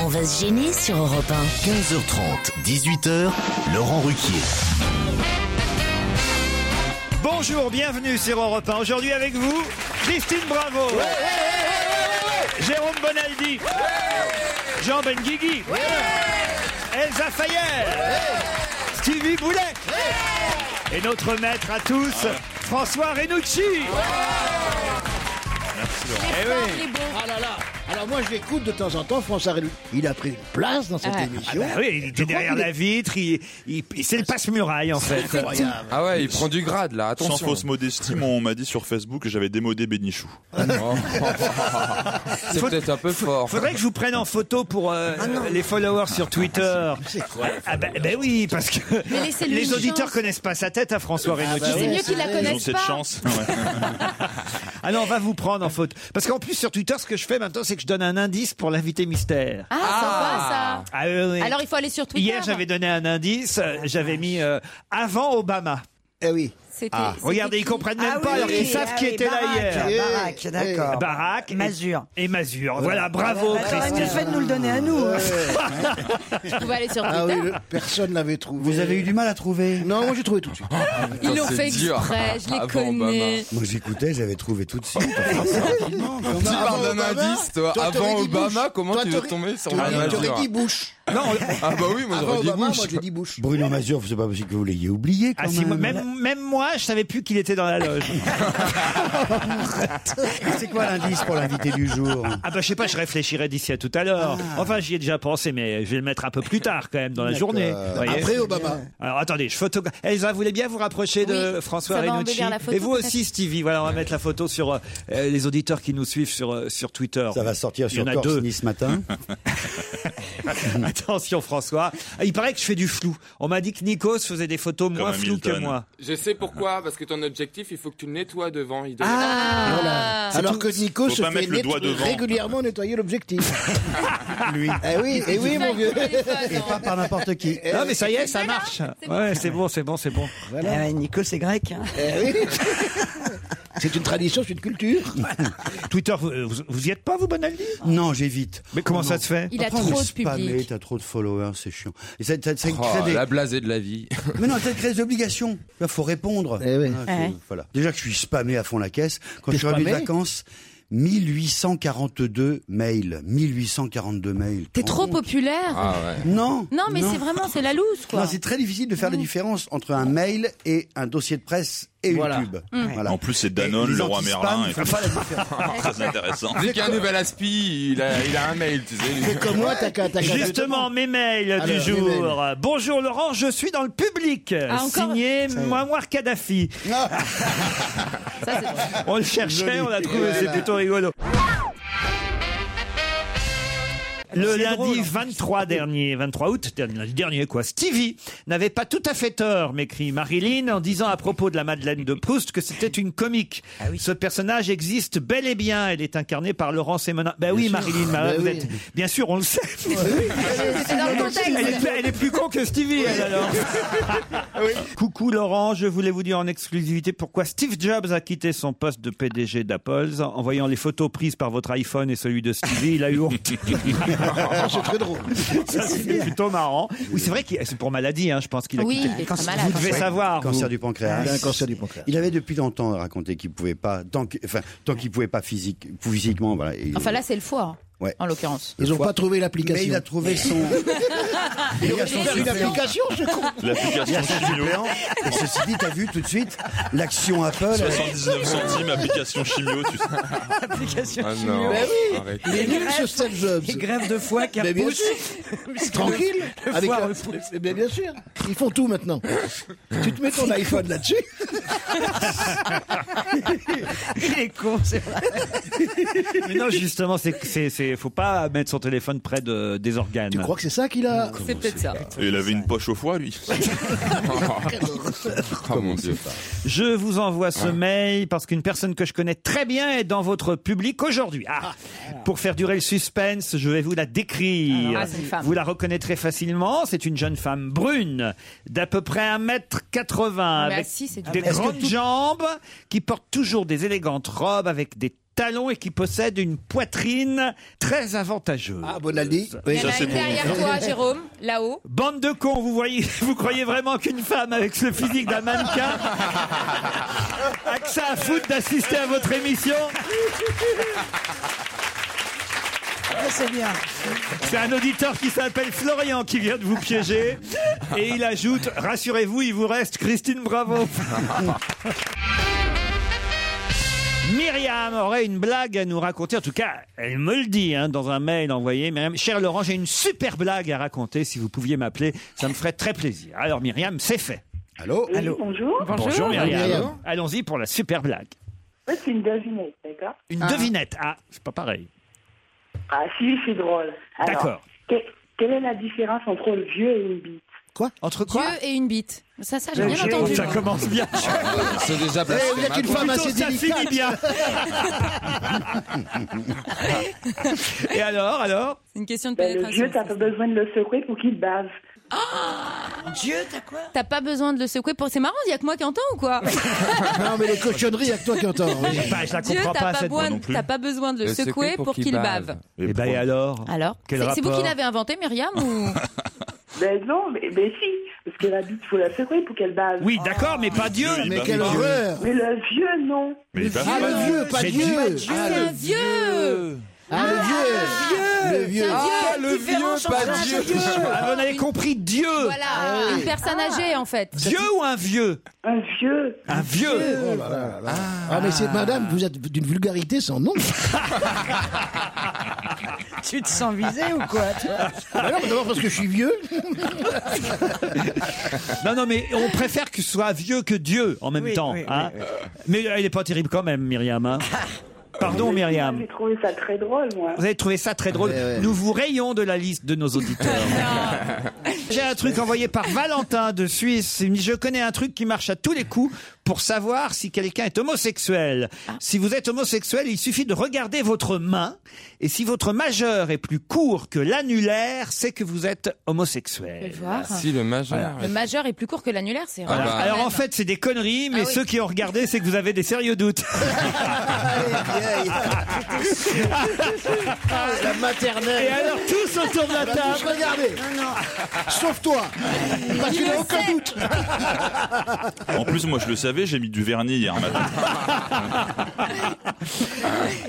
On va se gêner sur Europe 1. 15h30, 18h, Laurent Ruquier. Bonjour, bienvenue sur Europe 1. Aujourd'hui avec vous, Christine Bravo. Jérôme Bonaldi. Jean Benguigui. Elsa Fayer. Stevie Boulet. Et notre maître à tous, François Renucci. Eh oui. Ah là là. Alors moi je l'écoute de temps en temps, François Rélou. Il a pris une place dans cette Ah. émission. Ah bah oui, il Je était crois derrière qu'il est- la vitre, il, il- il- c'est le passe-muraille en fait. Ah ouais, il prend du grade là, attention. Sans fausse modestie, mon- on m'a dit sur Facebook que j'avais démodé Bénichou. Ah C'est peut-être un peu fort. Faudrait que je vous prenne en photo pour euh, les followers sur Twitter. Ah, ah bah, bah oui, parce que Mais laissez-lui les une auditeurs chance. Ah, bah connaissent pas sa tête à François Renucci. C'est mieux qu'ils la Ils ont connaissent cette pas. chance. Ah non, on va vous prendre en faute. Parce qu'en plus, sur Twitter, ce que je fais maintenant, c'est que je donne un indice pour l'invité mystère. Ah, sympa Ah oui, oui. ça. Alors il faut aller sur Twitter. bah. Hier, j'avais donné un indice, euh, j'avais mis euh, avant Obama. Ah. Eh oui. C'était- c'était Regardez, qui Ah ils comprennent même pas, alors qu'ils savent qui était là Eh, hier. Barac, d'accord. Barack. et- Mazur. Et Mazur. Oh, Voilà, Alors, bravo, il nous fait Christine. de nous le donner à nous. euh. Vous pouvez aller sur Ah oui, Twitter. le- personne l'avait trouvé. Vous avez eu du mal à trouver Non, moi j'ai trouvé tout de suite. Ah. Ils l'ont c'est fait dur. exprès, je les Avant connais. Moi j'écoutais, j'avais trouvé tout de suite. Avant Tu parles d'un Obama, indice, toi, toi. t'aurais Avant dit Obama, Bush. comment Toi, tu veux t'aurais- tomber sur t'aurais- un J'aurais Mazur dit Bush. Non, Ah bah oui, moi Avant j'aurais dit Obama, moi bouche. j'ai dit Bush. Bruno Mazur, c'est pas possible que vous l'ayez oublié quand ah, si, même. moi- même, même moi, je savais plus qu'il était dans la loge. C'est quoi l'indice pour l'invité du jour Ah. Ah bah je sais pas, je réfléchirai d'ici à tout à l'heure. Enfin, j'y ai déjà pensé, mais je vais le mettre un peu plus tard quand même dans la journée. Voyez. Après Obama. Alors attendez, je photogra- Elsa, vous voulez bien vous rapprocher de Oui, François ça va Renucci embellir la photo, Et vous peut-être. aussi, Stevie. Voilà, on va mettre la photo sur euh, les auditeurs qui nous suivent sur, euh, sur Twitter. Ça va sortir Il y sur en a Corse deux. Nice matin. Attention, François. Ah, Il paraît que je fais du flou. On m'a dit que Nikos faisait des photos moins floues que Hamilton. moi. Je sais pourquoi, parce que ton objectif, il faut que tu le nettoies devant. Il devait- Ah Ah. Voilà. Alors que Nico Faut se pas fait mettre le doigt netto- devant. régulièrement nettoyer l'objectif. Lui. Eh oui, eh oui, mon vieux. Eh Et pas par n'importe qui. Non, mais ça y est, ça marche. Ouais, c'est bon, c'est bon, c'est bon. Ah ouais, Nico, c'est grec. hein. Eh oui. C'est une tradition, c'est une culture. Twitter, vous, vous, vous y êtes pas, vous, Bonaldi Non, j'évite. Mais comment Oh, ça non. se fait Il a Après, on trop est de spammé, public. T'as trop de followers, c'est chiant. Et ça, ça- ça Oh, crée des... la blasée de la vie. Mais non, ça crée des obligations. Là, faut répondre. Eh oui. Ah, faut- Ouais. voilà. Déjà que je suis spammé à fond la caisse. Quand T'es je suis revenu de spammé vacances, 1842 mails. 1842 mails. T'es Te trop rends compte populaire. Ah ouais. Non. Non, mais c'est vraiment, c'est la loose, Non, quoi. c'est très difficile de faire la différence entre un mail et un dossier de presse et YouTube. Hum. Voilà. En plus, c'est Danone, Et les le roi anti-spam Merlin. ne et font tout. pas la différence. Très intéressant. Dès qu'il y a un nouvel aspi, il a, Euh, il a un mail, tu sais. lui. C'est comme moi, t'as qu'à t'as qu'à- Justement, mes mails Alors, du mes jour. Bonjour Laurent, je suis dans le public. Ah, encore Euh, Signé Mouammar Kadhafi. Ça, c'est- On le cherchait, on l'a trouvé, c'est plutôt rigolo. Le lundi 23 dernier, 23 août, dernier- lundi dernier quoi, Stevie n'avait pas tout à fait tort, m'écrit Marilyn en disant à propos de la Madeleine de Proust que c'était une comique. Ce personnage existe bel et bien, elle est incarnée par Laurence Emonin. Ben oui, Marilyn, Marilyn, vous oui. êtes- bien sûr, on le sait. c'est dans le Elle contexte. est, elle est plus con que Stevie, elle, alors. Coucou Laurent, je voulais vous dire en exclusivité pourquoi Steve Jobs a quitté son poste de PDG d'Apple. En voyant les photos prises par votre iPhone et celui de Stevie, il a eu honte. Ah, c'est très drôle. Ça, c'est plutôt marrant. Oui, c'est vrai que c'est pour maladie, hein, je pense qu'il a Oui, quitté. il est très Vous malade. devez savoir. vous. Cancer du pancréas. Il a Ah, un cancer du pancréas. Il avait depuis longtemps raconté qu'il pouvait pas, tant que- enfin, tant qu'il pouvait pas physique, physiquement, voilà. Et- Enfin là, c'est le foie, Ouais. en l'occurrence. Ils n'ont Fois- pas trouvé mais il l'application. a trouvé son, il a son trouvé une suppléant. L'application, ce con. Il L'application a son chimio. suppléant. Et ceci dit, t'as vu tout de suite l'action Apple. 79 centimes, application chimio, tu sais. Ah non. Ben oui. Arrête. Il est nul ce Steve Jobs. Grève de foie, Mais bien sûr. Tranquille. Avec foire un- Mais bien, bien sûr. Ils font tout maintenant. tu te mets ton iPhone là-dessus. il est con, c'est vrai. Mais non, justement, c'est, c'est, c'est- faut pas mettre son téléphone près de, des organes. Tu crois que c'est ça qu'il a C'est peut-être ça. Et il avait une poche au foie, lui. Oh mon dieu. Je vous envoie ce mail parce qu'une personne que je connais très bien est dans votre public aujourd'hui. Ah, pour faire durer le suspense, je vais vous la décrire. Alors, ah, c'est une femme. vous la reconnaîtrez facilement. C'est une jeune femme brune d'à peu près 1m80 Ah, Mais avec assis, c'est du- des Est-ce que grandes tout- jambes qui porte toujours des élégantes robes avec des talons et qui possède une poitrine très avantageuse. Ah, Bonaldi Il y en a une derrière toi, Jérôme, là-haut. Bande de cons, vous voyez, vous croyez vraiment qu'une femme avec ce physique d'un mannequin a que ça à foutre d'assister à votre émission Ah, c'est bien. C'est un auditeur qui s'appelle Florian qui vient de vous piéger. Et il ajoute, rassurez-vous, il vous reste Christine Bravo. Myriam aurait une blague à nous raconter. En tout cas, elle me le dit hein, dans un mail envoyé. Myriam, cher Laurent, j'ai une super blague à raconter. Si vous pouviez m'appeler, ça me ferait très plaisir. Alors Myriam, c'est fait. Allô, Oui, bonjour. Bonjour Bonjour, Myriam. Myriam. Allons-y pour la super blague. Ouais, c'est une devinette, d'accord Une devinette. Ah, c'est pas pareil. Ah si, c'est drôle. Alors, D'accord. que- quelle est la différence entre le vieux et une bite Quoi Entre Dieu et une bite. Ça, ça, j'ai bien Dieu, entendu. Ça commence bien. C'est déjà Eh, vous êtes une femme Plutôt, assez ça délicate. finit bien. Et alors, alors C'est une question de Ben, le pénétration. vieux, t'as pas besoin de le secouer pour qu'il bave. Dieu, t'as quoi Ah T'as pas besoin de le secouer pour. C'est marrant, il y a que moi qui entends ou quoi Non, mais les cochonneries, il n'y a que toi qui entends. oui. Dieu, t'as pas, boin- t'as pas besoin de le, secouer pour qu'il bave. Et ben et alors Alors Quel C'est- C'est vous rapport qui l'avez inventé, Myriam ou... Ben non, mais, mais si, parce que la bite, faut la secouer pour qu'elle bave. Oui, d'accord, mais pas Dieu. Mais quelle horreur Mais le vieux, non. Mais il va Ah, le vieux, pas C'est Dieu. Dieu. Ah, C'est un vieux Ah, le vieux Le vieux Ah, le vieux, pas Dieu. Ah, vous avez compris Dieu. Ah Voilà, une personne âgée en fait. Dieu ou un vieux Un vieux. Un vieux. Oh là là là là. Ah, mais c'est madame, vous êtes d'une vulgarité sans nom. Tu te sens visé ou quoi toi Bah non, mais d'abord parce que je suis vieux. Non, non, mais on préfère que ce soit vieux que Dieu en même Oui, temps. oui, hein. Mais elle n'est pas terrible quand même, Myriam. hein. Pardon, Myriam. J'ai trouvé ça très drôle, moi. Vous avez trouvé ça très drôle. Nous vous rayons de la liste de nos auditeurs. J'ai un truc envoyé par Valentin de Suisse. Il me dit, Je connais un truc qui marche à tous les coups pour savoir si quelqu'un est homosexuel. Ah. Si vous êtes homosexuel, il suffit de regarder votre main. Et si votre majeur est plus court que l'annulaire, c'est que vous êtes Je vais homosexuel. le voir. Si, le majeur. Le majeur est plus court que l'annulaire, c'est Ah rare. bah. Alors en fait, c'est des conneries, mais Ah oui. ceux qui ont regardé, c'est que vous avez des sérieux doutes. La maternelle. Et alors tous autour de la Bah, tous, table. regardez. Sauf toi. Parce qu'il n'a aucun doute. En plus, moi, je le savais, j'ai mis du vernis hier matin.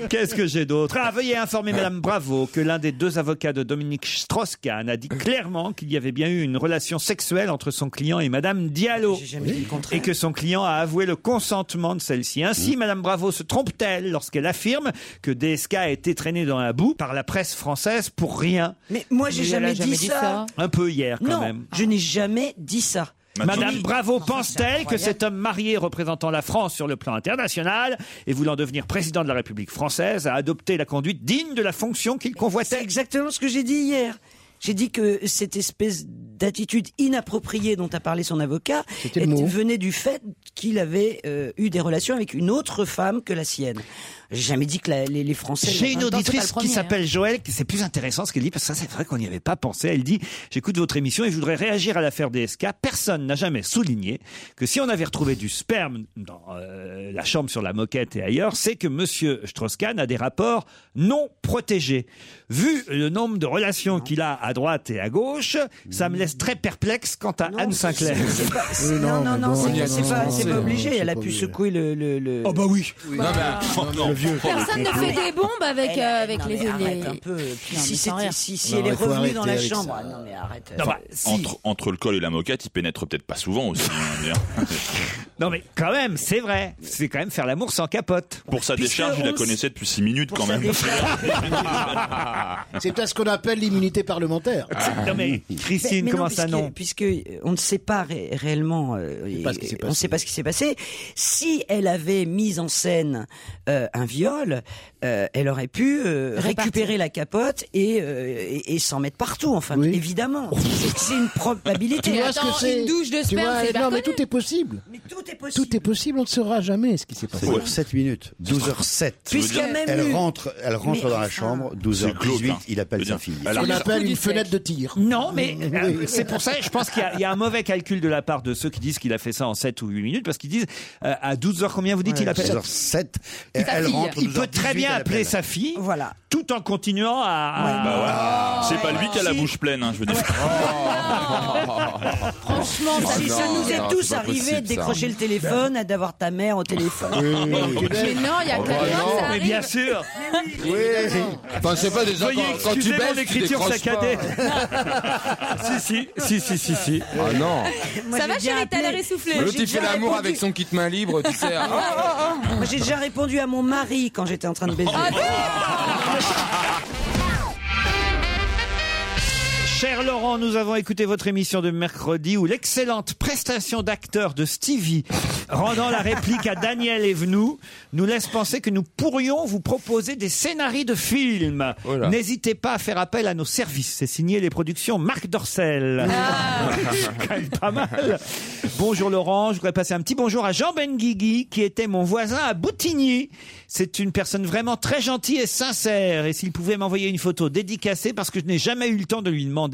Qu'est-ce que j'ai d'autre Ah, veuillez informer Madame Bravo que l'un des deux avocats de Dominique Strauss-Kahn a dit clairement qu'il y avait bien eu une relation sexuelle entre son client et Madame Diallo. J'ai jamais dit le contraire. Et que son client a avoué le consentement de celle-ci. Ainsi, Madame Bravo se trompe-t-elle lorsqu'elle affirme que DSK a été traîné dans la boue par la presse française pour rien Mais moi, j'ai Mais elle jamais, a jamais dit, dit ça. ça. Un peu hier, quand Non, même. je n'ai jamais dit ça. Madame Maintenant- Bravo pense-t-elle que incroyable. cet homme marié représentant la France sur le plan international et voulant devenir président de la République française a adopté la conduite digne de la fonction qu'il C'est convoitait exactement ce que j'ai dit hier. J'ai dit que cette espèce d'attitude inappropriée dont a parlé son avocat C'était le mot. venait du fait qu'il avait euh, eu des relations avec une autre femme que la sienne. J'ai jamais dit que la- les, les Français. J'ai une temps, c'est pas auditrice le hein. premier, qui s'appelle Joël, qui c'est plus intéressant ce qu'elle dit, parce que ça c'est vrai qu'on n'y avait pas pensé. Elle dit, j'écoute votre émission et je voudrais réagir à l'affaire DSK. Personne n'a jamais souligné que si on avait retrouvé du sperme dans euh, la chambre sur la moquette et ailleurs, c'est que Monsieur Strauss-Kahn a des rapports non protégés. Vu le nombre de relations qu'il a à droite et à gauche, ça me laisse très perplexe quant à Anne Sinclair. C'est pas- c'est- Oui, non, non, non, mais non, bon, c'est non, c'est non, pas, non, c'est pas non, obligé. hein, c'est Elle a pas pu obligé. secouer le. le, le- bah oui. Non, mais- Le vieux. Personne ne fait des bombes avec, Elle- euh, avec non, les, mais arrête hein. les- un peu. Puis Non, si mais sans c'était- rire. si- si Non, elle est il faut revenue dans la arrêter avec chambre. Ah, ça. Non mais arrête. euh, Non, bah, si. Entre, entre le col et la moquette, il pénètre peut-être pas souvent aussi. hein, d'ailleurs. Non mais quand même, c'est vrai. C'est quand même faire l'amour sans capote. Pour sa Puisque décharge, il la on s- connaissait depuis 6 minutes Pour quand sa même. décharge. C'est peut-être ce qu'on appelle l'immunité parlementaire. Non Ah. mais Christine, Ah, Mais- mais comment non, ça puisque- non Puisque euh, on ne sait pas ré- réellement, euh, et- pas ce qui s'est on ne passé. sait pas ce qui s'est passé. Si elle avait mis en scène euh, un viol, euh, elle aurait pu euh, Répartir. récupérer la capote et, euh, et, et s'en mettre partout. Enfin, Oui. évidemment, C'est- c'est une Tu probabilité. vois ce que attends, c'est une douche de Tu sperme, vois, c'est Non, pas mais connu. tout est possible. Mais tout est possible. Tout est possible, on ne saura jamais ce qui s'est passé. C'est sur 7 minutes, 12h07. Puisqu'il y a même elle eu- rentre, elle rentre Mais dans la enfin. chambre, C'est glauque, 12h18, hein. il appelle sa fille. Ce qu'on appelle une fenêtre de tir. Non, mais euh, c'est pour ça, je pense qu'il y a- il y, a un mauvais calcul de la part de ceux qui disent qu'il a fait ça en 7 ou 8 minutes, parce qu'ils disent euh, à 12 heures combien vous dites Ouais, il appelle 12h07, Il- elle rentre Il peut 12h18, très bien elle appeler appelle. sa fille, voilà. tout en continuant à... Bah voilà. C'est pas lui qui a la bouche pleine, hein, je veux dire. Franchement, Ah si non, ça nous non, est tous c'est pas arrivé possible, de ça. décrocher le téléphone, à d'avoir ta mère au téléphone. Mais non, il y a Oh, quelqu'un, bah non. ça Mais arrive. bien sûr. Oui. Enfin, c'est pas des Ah, Veuillez quand, quand tu excuser baisses, mon écriture tu décroches saccadée. pas. si, si, si, si, si, si. Ah non. Ça va, chérie, t'as l'air essoufflée. L'autre, il fait l'amour avec son kit main libre, tu sais. Oh, Ah, Moi, j'ai déjà répondu à mon mari quand j'étais en train de baiser. Ah Cher Laurent, nous avons écouté votre émission de mercredi où l'excellente prestation d'acteur de Stevie rendant la réplique à Daniel Evenou nous laisse penser que nous pourrions vous proposer des scénarios de films. N'hésitez pas à faire appel à nos services. C'est signé les productions Marc Dorcel. Quand même pas mal. Bonjour Laurent, je voudrais passer un petit bonjour à Jean Benguigui qui était mon voisin à Boutigny. C'est une personne vraiment très gentille et sincère et s'il pouvait m'envoyer une photo dédicacée parce que je n'ai jamais eu le temps de lui demander.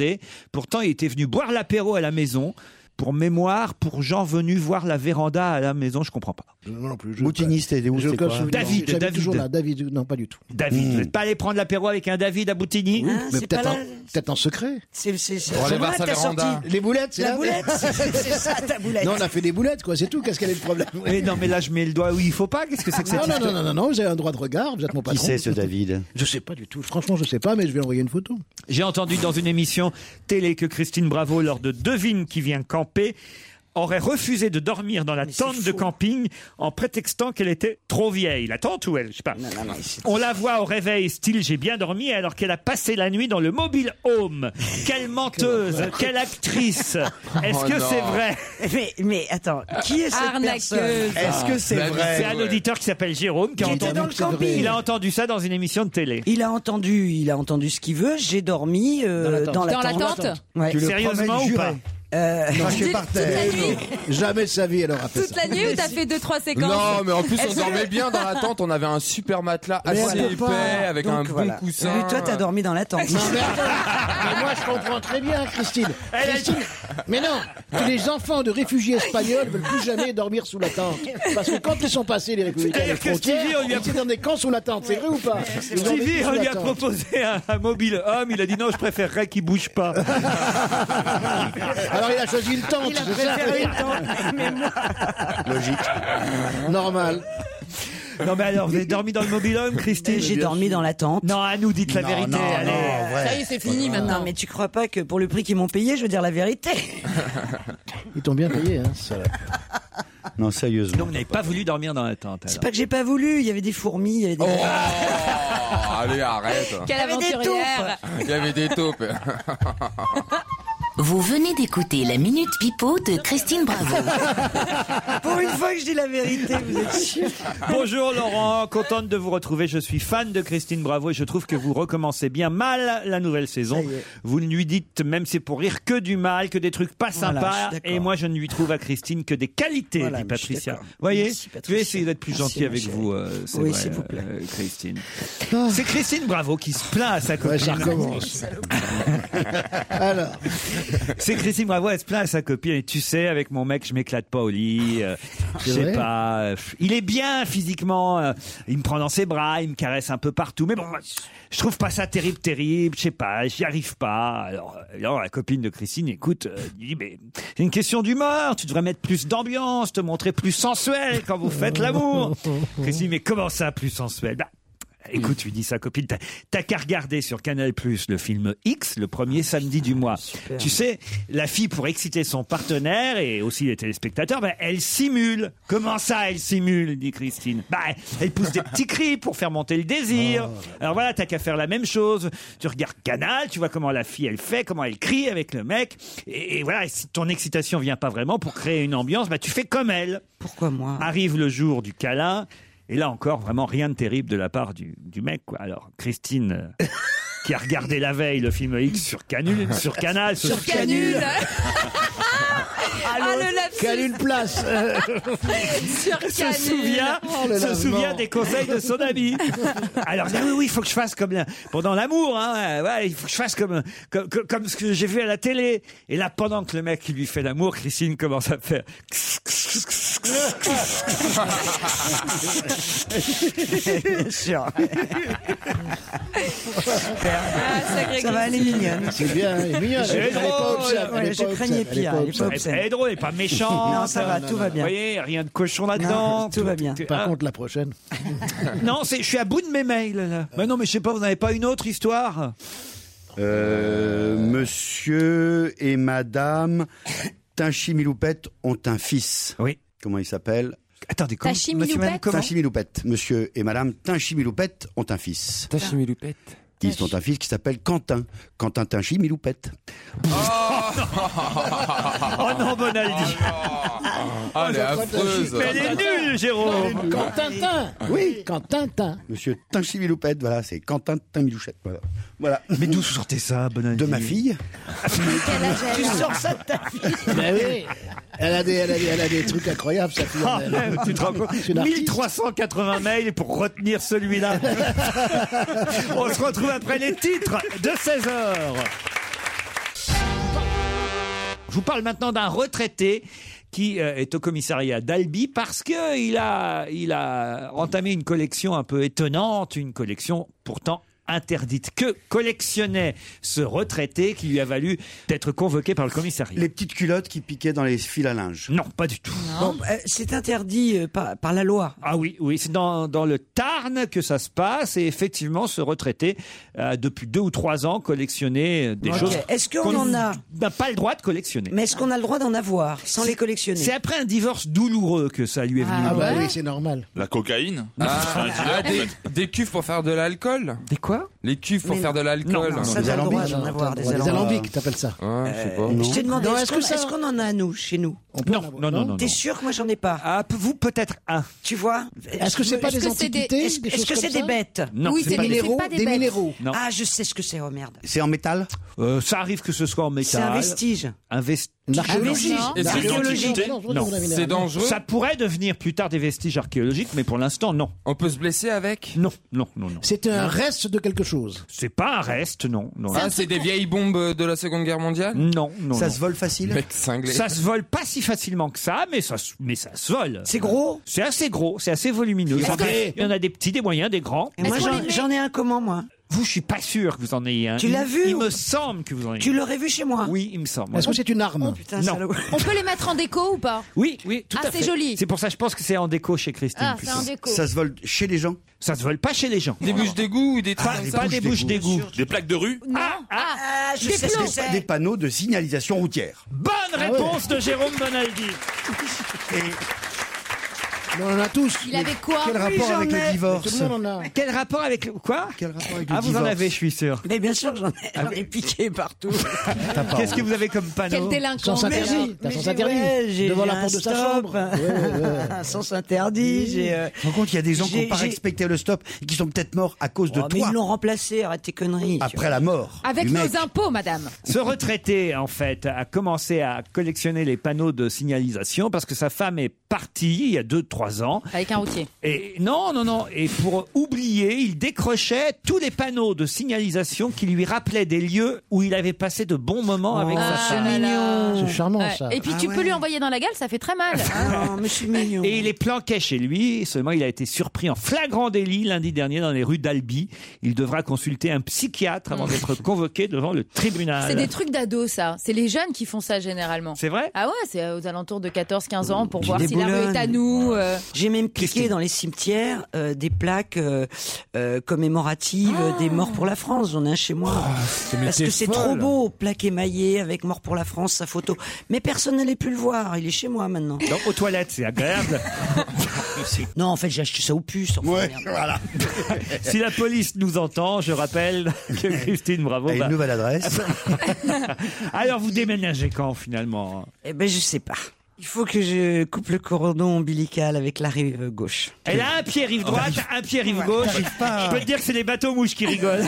Pourtant, il était venu boire l'apéro à la maison. Pour mémoire, pour Jean venu voir la véranda à la maison, je comprends pas. Moi non plus. Moutiniste, c'était où, J'ai c'est aucun quoi Hmm. souvenir. David, J'habite David. toujours là. David, non, pas du tout. Hmm. David, vous n'êtes pas allé prendre l'apéro avec un David à Boutigny mais peut-être en, peut-être en secret. C'est c'est c'est. On va aller voir là sa que t'as véranda. sorti. Les boulettes, c'est La là boulette, c'est ça ta boulette. Non, on a fait des boulettes, quoi, c'est tout. Qu'est-ce qu'elle est le problème Mais non, mais là, je mets le doigt où il faut pas. Qu'est-ce que c'est que cette Non, non, non, histoire non, non, non, vous avez un droit de regard, vous êtes mon patron. c'est ce David Je sais pas du tout. Franchement, je sais pas, mais je vais envoyer une photo. J'ai entendu dans une émission télé que Christine Bravo, lors de Devine qui vient camper, aurait refusé de dormir dans la tente de camping en prétextant qu'elle était trop vieille. La tente ou elle, je sais pas. On la voit au réveil, style j'ai bien dormi, alors qu'elle a passé la nuit dans le mobile home. Quelle menteuse, quelle actrice. Ah, Est-ce Oh que non. c'est vrai Mais, mais attends, qui est cette Arnaqueuse. personne Est-ce que c'est Bah, vrai C'est un auditeur qui s'appelle Jérôme qui a Il était entendu, dans le camping. il a entendu ça dans une émission de télé. Il a entendu, il a entendu ce qu'il veut. J'ai dormi euh, dans Dans la la tente. tente. Dans la tente Tu le Sérieusement promets de ou jurer. pas euh, Craché Toute- par toute terre. la nuit. Jamais de sa vie, elle aura fait Toute ça. la nuit ou t'as fait deux, trois séquences Non, mais en plus, on dormait bien dans la tente. On avait un super matelas Mais assez elle Ah, épais peut pas. avec Donc, un bon voilà. coussin. Mais toi, t'as dormi dans la tente. Mais moi, je comprends très bien, Christine. Christine, mais non, que les enfants de réfugiés espagnols veulent plus jamais dormir sous la tente. Parce que quand ils sont passés les républicains C'est-à-dire des que frontières, Stevie, on lui a- ils étaient dans des camps sous la tente, c'est vrai ou pas Ils ont vécu Stevie, sous on la lui a tente. proposé un, un mobile homme. Il a dit non, je préférerais qu'il bouge pas. Alors il a choisi une tente, Il a c'est préféré une ça tente. Normal. Non, mais alors, vous avez dormi dans le mobile homme, Christine J'ai dormi dans la tente. Non, à nous, dites la Non, vérité. non, allez. non, ouais. Ça y est, c'est fini Non, maintenant. mais tu crois pas que pour le prix qu'ils m'ont payé, je veux dire la vérité Ils t'ont bien payé, hein, ça. Non, sérieusement. Donc, vous n'avez pas voulu dormir dans la tente. C'est alors. pas que j'ai pas voulu, il y avait des fourmis, il y avait des... Oh. Ah, allez, arrête. Quelle avait des aventurière Il y avait des taupes. Vous venez d'écouter la Minute Pipo de Christine Bravo. Pour une fois que je dis la vérité, vous êtes sûrs Bonjour Laurent, contente de vous retrouver. Je suis fan de Christine Bravo et je trouve que vous recommencez bien mal la nouvelle saison. Vous ne lui dites, même c'est pour rire, que du mal, que des trucs pas Voilà, sympas. je suis d'accord. et moi, je ne lui trouve à Christine que des qualités, Voilà, dit mais je suis Patricia. d'accord. voyez, Merci, je vais Patricia. essayer d'être plus Merci, gentil ma avec chérie. vous, euh, c'est Oui, vrai, s'il vous plaît. euh, Christine. C'est Christine Bravo qui se plaint à sa Ah. Ouais, copine. ça recommence. Alors, C'est Christine Bravo, elle se plaint à sa copine. Et tu sais, avec mon mec, je m'éclate pas au lit. euh, je C'est sais vrai pas. euh, il est bien physiquement. euh, il me prend dans ses bras, il me caresse un peu partout. Mais bon, moi, je trouve pas ça terrible, terrible. Je sais pas, j'y arrive pas. Alors, euh, alors, la copine de Christine, écoute, euh, dit, mais c'est une question d'humeur. Tu devrais mettre plus d'ambiance, te montrer plus sensuel quand vous faites l'amour. Christine, mais comment ça, plus sensuel Bah, Mm. Écoute, lui dit sa copine, t'as- t'as qu'à regarder sur Canal Plus le film X le Ah, premier samedi du mois. Tu sais, la fille pour exciter son partenaire et aussi les téléspectateurs, ben, elle simule. Comment ça, elle simule dit Christine. Bah, elle pousse des petits cris pour faire monter le Oh, désir. bah Alors voilà, t'as qu'à faire la même chose. Tu regardes Canal, tu vois comment la fille elle fait, comment elle crie avec le mec. Et, et voilà, et si ton excitation vient pas vraiment pour créer une ambiance, bah tu fais comme elle. Pourquoi moi Arrive le jour du câlin, et là encore, vraiment rien de terrible de la part du, du mec. Quoi. Alors, Christine, euh, qui a regardé la veille le film X sur, Canul, sur Canal, se- Canule Ah, Ah, l'autre, qui a eu une place. Sur se souvient, se souvient des conseils de son ami. Alors, il dit, oui, oui, il faut que je fasse comme la- pendant l'amour, hein, ouais, ouais, il faut que je fasse comme, comme, comme- comme ce que j'ai vu à la télé. Et là, pendant que le mec il lui fait l'amour, Christine commence à faire. Sûr. Ça va, elle est mignonne. Ah, C'est bien, elle est mignonne. Elle est pas drôle. obsède, elle est Ouais, pas je obsède, craignais elle est pire, pas elle est pas obsède. obsède. Elle est drôle, elle est pas méchante. Non, Ah, ça va, tout va bien. Vous voyez, rien de cochon là-dedans. Non, tout va bien. Tout- Par ah. contre, la prochaine. Non, c'est, je suis à bout de mes mails. Là. Mais non, mais je sais pas, vous n'avez pas une autre histoire Euh, monsieur et madame Tinchimiloupette ont un fils. Oui. Comment il s'appelle Attendez, comment Tinchimiloupette monsieur et madame comment Tinchimiloupette. Monsieur et madame Tinchimiloupette ont un fils. Tinchimiloupette. Ils ont un fils qui s'appelle Quentin. Quentin Tinchimiloupette. Oh non, Bonaldi Ah, elle est affreuse. Mais elle est nulle, Jérôme Quand Tintin Oui. Quand Tintin Monsieur Tinchimiloupette, voilà, c'est Quentin Tinchimiloupette. Voilà. voilà. Mais d'où sortez ça, Bonaldi De ma fille. Tu sors ça de ta vie Ben oui elle a, des, elle, a des, elle a des trucs incroyables, sa fille. Ah, elle. tu te rends compte C'est une artiste. 1380 mails pour retenir celui-là. On se retrouve après les titres de 16h. Je vous parle maintenant d'un retraité qui euh, est au commissariat d'Albi parce que il a, il a entamé une collection un peu étonnante, une collection pourtant interdite. Que collectionnait ce retraité qui lui a valu d'être convoqué par le commissariat Les petites culottes qui piquaient dans les fils à linge. Non, pas du tout. Bon, euh, c'est interdit euh, par, par la loi. Ah oui, oui, c'est dans, dans le Tarn que ça se passe. Et effectivement, ce retraité a depuis deux ou trois ans collectionné euh, des Ok. choses. Est-ce qu'on en a n'a pas le droit de collectionner. Mais est-ce qu'on a le droit d'en avoir sans les collectionner C'est après un divorce douloureux que ça lui est venu. Ah bah oui, c'est normal. La cocaïne Ah, ah, des, des cuves pour faire de l'alcool Des quoi Les cuves pour Mais faire de l'alcool. non, ça, Des t'as le droit alambics. d'en avoir, des Des alambics. alambics, t'appelles ça. Euh, Ouais, je sais pas. Euh, Je t'ai demandé, Non, est-ce est-ce qu'on que ça- est-ce qu'on en a, nous, chez nous Non, non, non, non. T'es non. sûr que moi, j'en ai pas Ah, p- vous peut-être un. Tu vois Est-ce que c'est pas Est-ce des que c'est des- antiquités, Est-ce des est-ce choses que c'est comme des ça bêtes Non, Oui, c'est des pas des- minéraux. c'est pas des bêtes. Non. Ah, je sais ce que c'est, oh merde. C'est en métal Euh, ça arrive que ce soit en métal. C'est un vestige. Un vestige. archéologie. Archéologie. Et c'est Archéologie. d'antiquité Non. C'est dangereux Ça pourrait devenir plus tard des vestiges archéologiques, mais pour l'instant, non. On peut se blesser avec Non, non, non, non. C'est un reste de quelque chose. C'est pas un reste, non. Non, Ah, c'est des vieilles bombes de la Seconde Guerre mondiale non, non. Ça non. se vole facile Mec cinglé. Ça se vole pas si facilement que ça, mais ça, se- mais ça se vole. C'est gros C'est assez gros, c'est assez volumineux. Est-ce Ça que- fait- Il y en a des petits, des moyens, des grands. Et moi, qu'on j'en- les met j'en ai un comment, moi Vous, je suis pas sûr que vous en ayez un. Tu Il- l'as vu Il ou- me semble que vous en ayez. Tu l'aurais vu chez moi un. Oui, il me semble. Est-ce que c'est une arme Putain, Non. salaud. On peut les mettre en déco ou pas Oui, oui, tout Oh, Ah, à c'est fait. joli. C'est pour ça que je pense que c'est en déco chez Christine. Ah, c'est plutôt. en déco. Ça se vole chez les gens. Ça se vole pas chez les gens. Des bouches d'égout ou des trucs Pas, comme pas ça des bouches d'égout. Des plaques de rue Ah, Ah, je Des sais ce que plombs. Des c'est. panneaux de signalisation routière. Bonne réponse de Jérôme Bonaldi. Mais On en a tous. Il Mais avait quoi Quel Oui, rapport j'en avec ai. le Tout divorce le monde en a. Quel rapport avec le... quoi Quel rapport avec le Ah, vous en divorce avez, je suis sûr. Mais bien sûr, j'en Ah ai, j'en ai piqué partout. Qu'est-ce que vous avez comme panneau Quel délinquant Sens interdit. T'as Mais sens j'ai- interdit. ouais, j'ai- Devant j'ai la un porte de sa stop. chambre. Ouais, ouais, ouais. Un sens interdit. J'ai. euh, Par contre, il y a des gens qui J'ai- n'ont pas j'ai- respecté le stop et qui sont peut-être morts à cause de oh, mais toi ils l'ont remplacé, arrête tes conneries. tu après la mort. Avec du mec. nos impôts, madame. Ce retraité, en fait, a commencé à collectionner les panneaux de signalisation parce que sa femme est partie il y a 2-3 ans. Avec un routier. Et non, non, non. Et pour oublier, il décrochait tous les panneaux de signalisation qui lui rappelaient des lieux où il avait passé de bons moments avec sa Ah, femme. là, là. C'est charmant, Ouais. ça. Et puis Ah tu peux ouais. lui envoyer dans la gueule, ça fait très mal. vois. Oh, mais je suis mignon. Et il est planqué chez lui. Seulement, il a été surpris en flagrant délit lundi dernier dans les rues d'Albi. Il devra consulter un psychiatre avant d'être convoqué devant le tribunal. C'est des trucs d'ado, ça. C'est les jeunes qui font ça généralement. C'est vrai Ah ouais, c'est aux alentours de 14-15 ans pour Qui voir si la rue déboulonne. est à nous. euh. J'ai même piqué dans les cimetières euh, des plaques euh, euh, commémoratives euh, Ah. des morts pour la France. J'en ai un chez moi. Ah, Parce que c'est trop beau, plaque émaillée avec mort pour la France, sa photo. Mais personne n'allait plus le voir. Il est chez moi maintenant. Non, aux toilettes, c'est agréable. Non, en fait, j'ai acheté ça aux puces. enfin, Ouais, merde. voilà. si la police nous entend, je rappelle que Christine Bravo. À une va- nouvelle adresse. Alors, vous déménagez quand finalement Eh ben, je sais pas. Il faut que je coupe le cordon ombilical avec la rive euh, gauche. Elle a un pied rive droite, un pied rive gauche. Je peux te dire que c'est les bateaux mouches qui rigolent.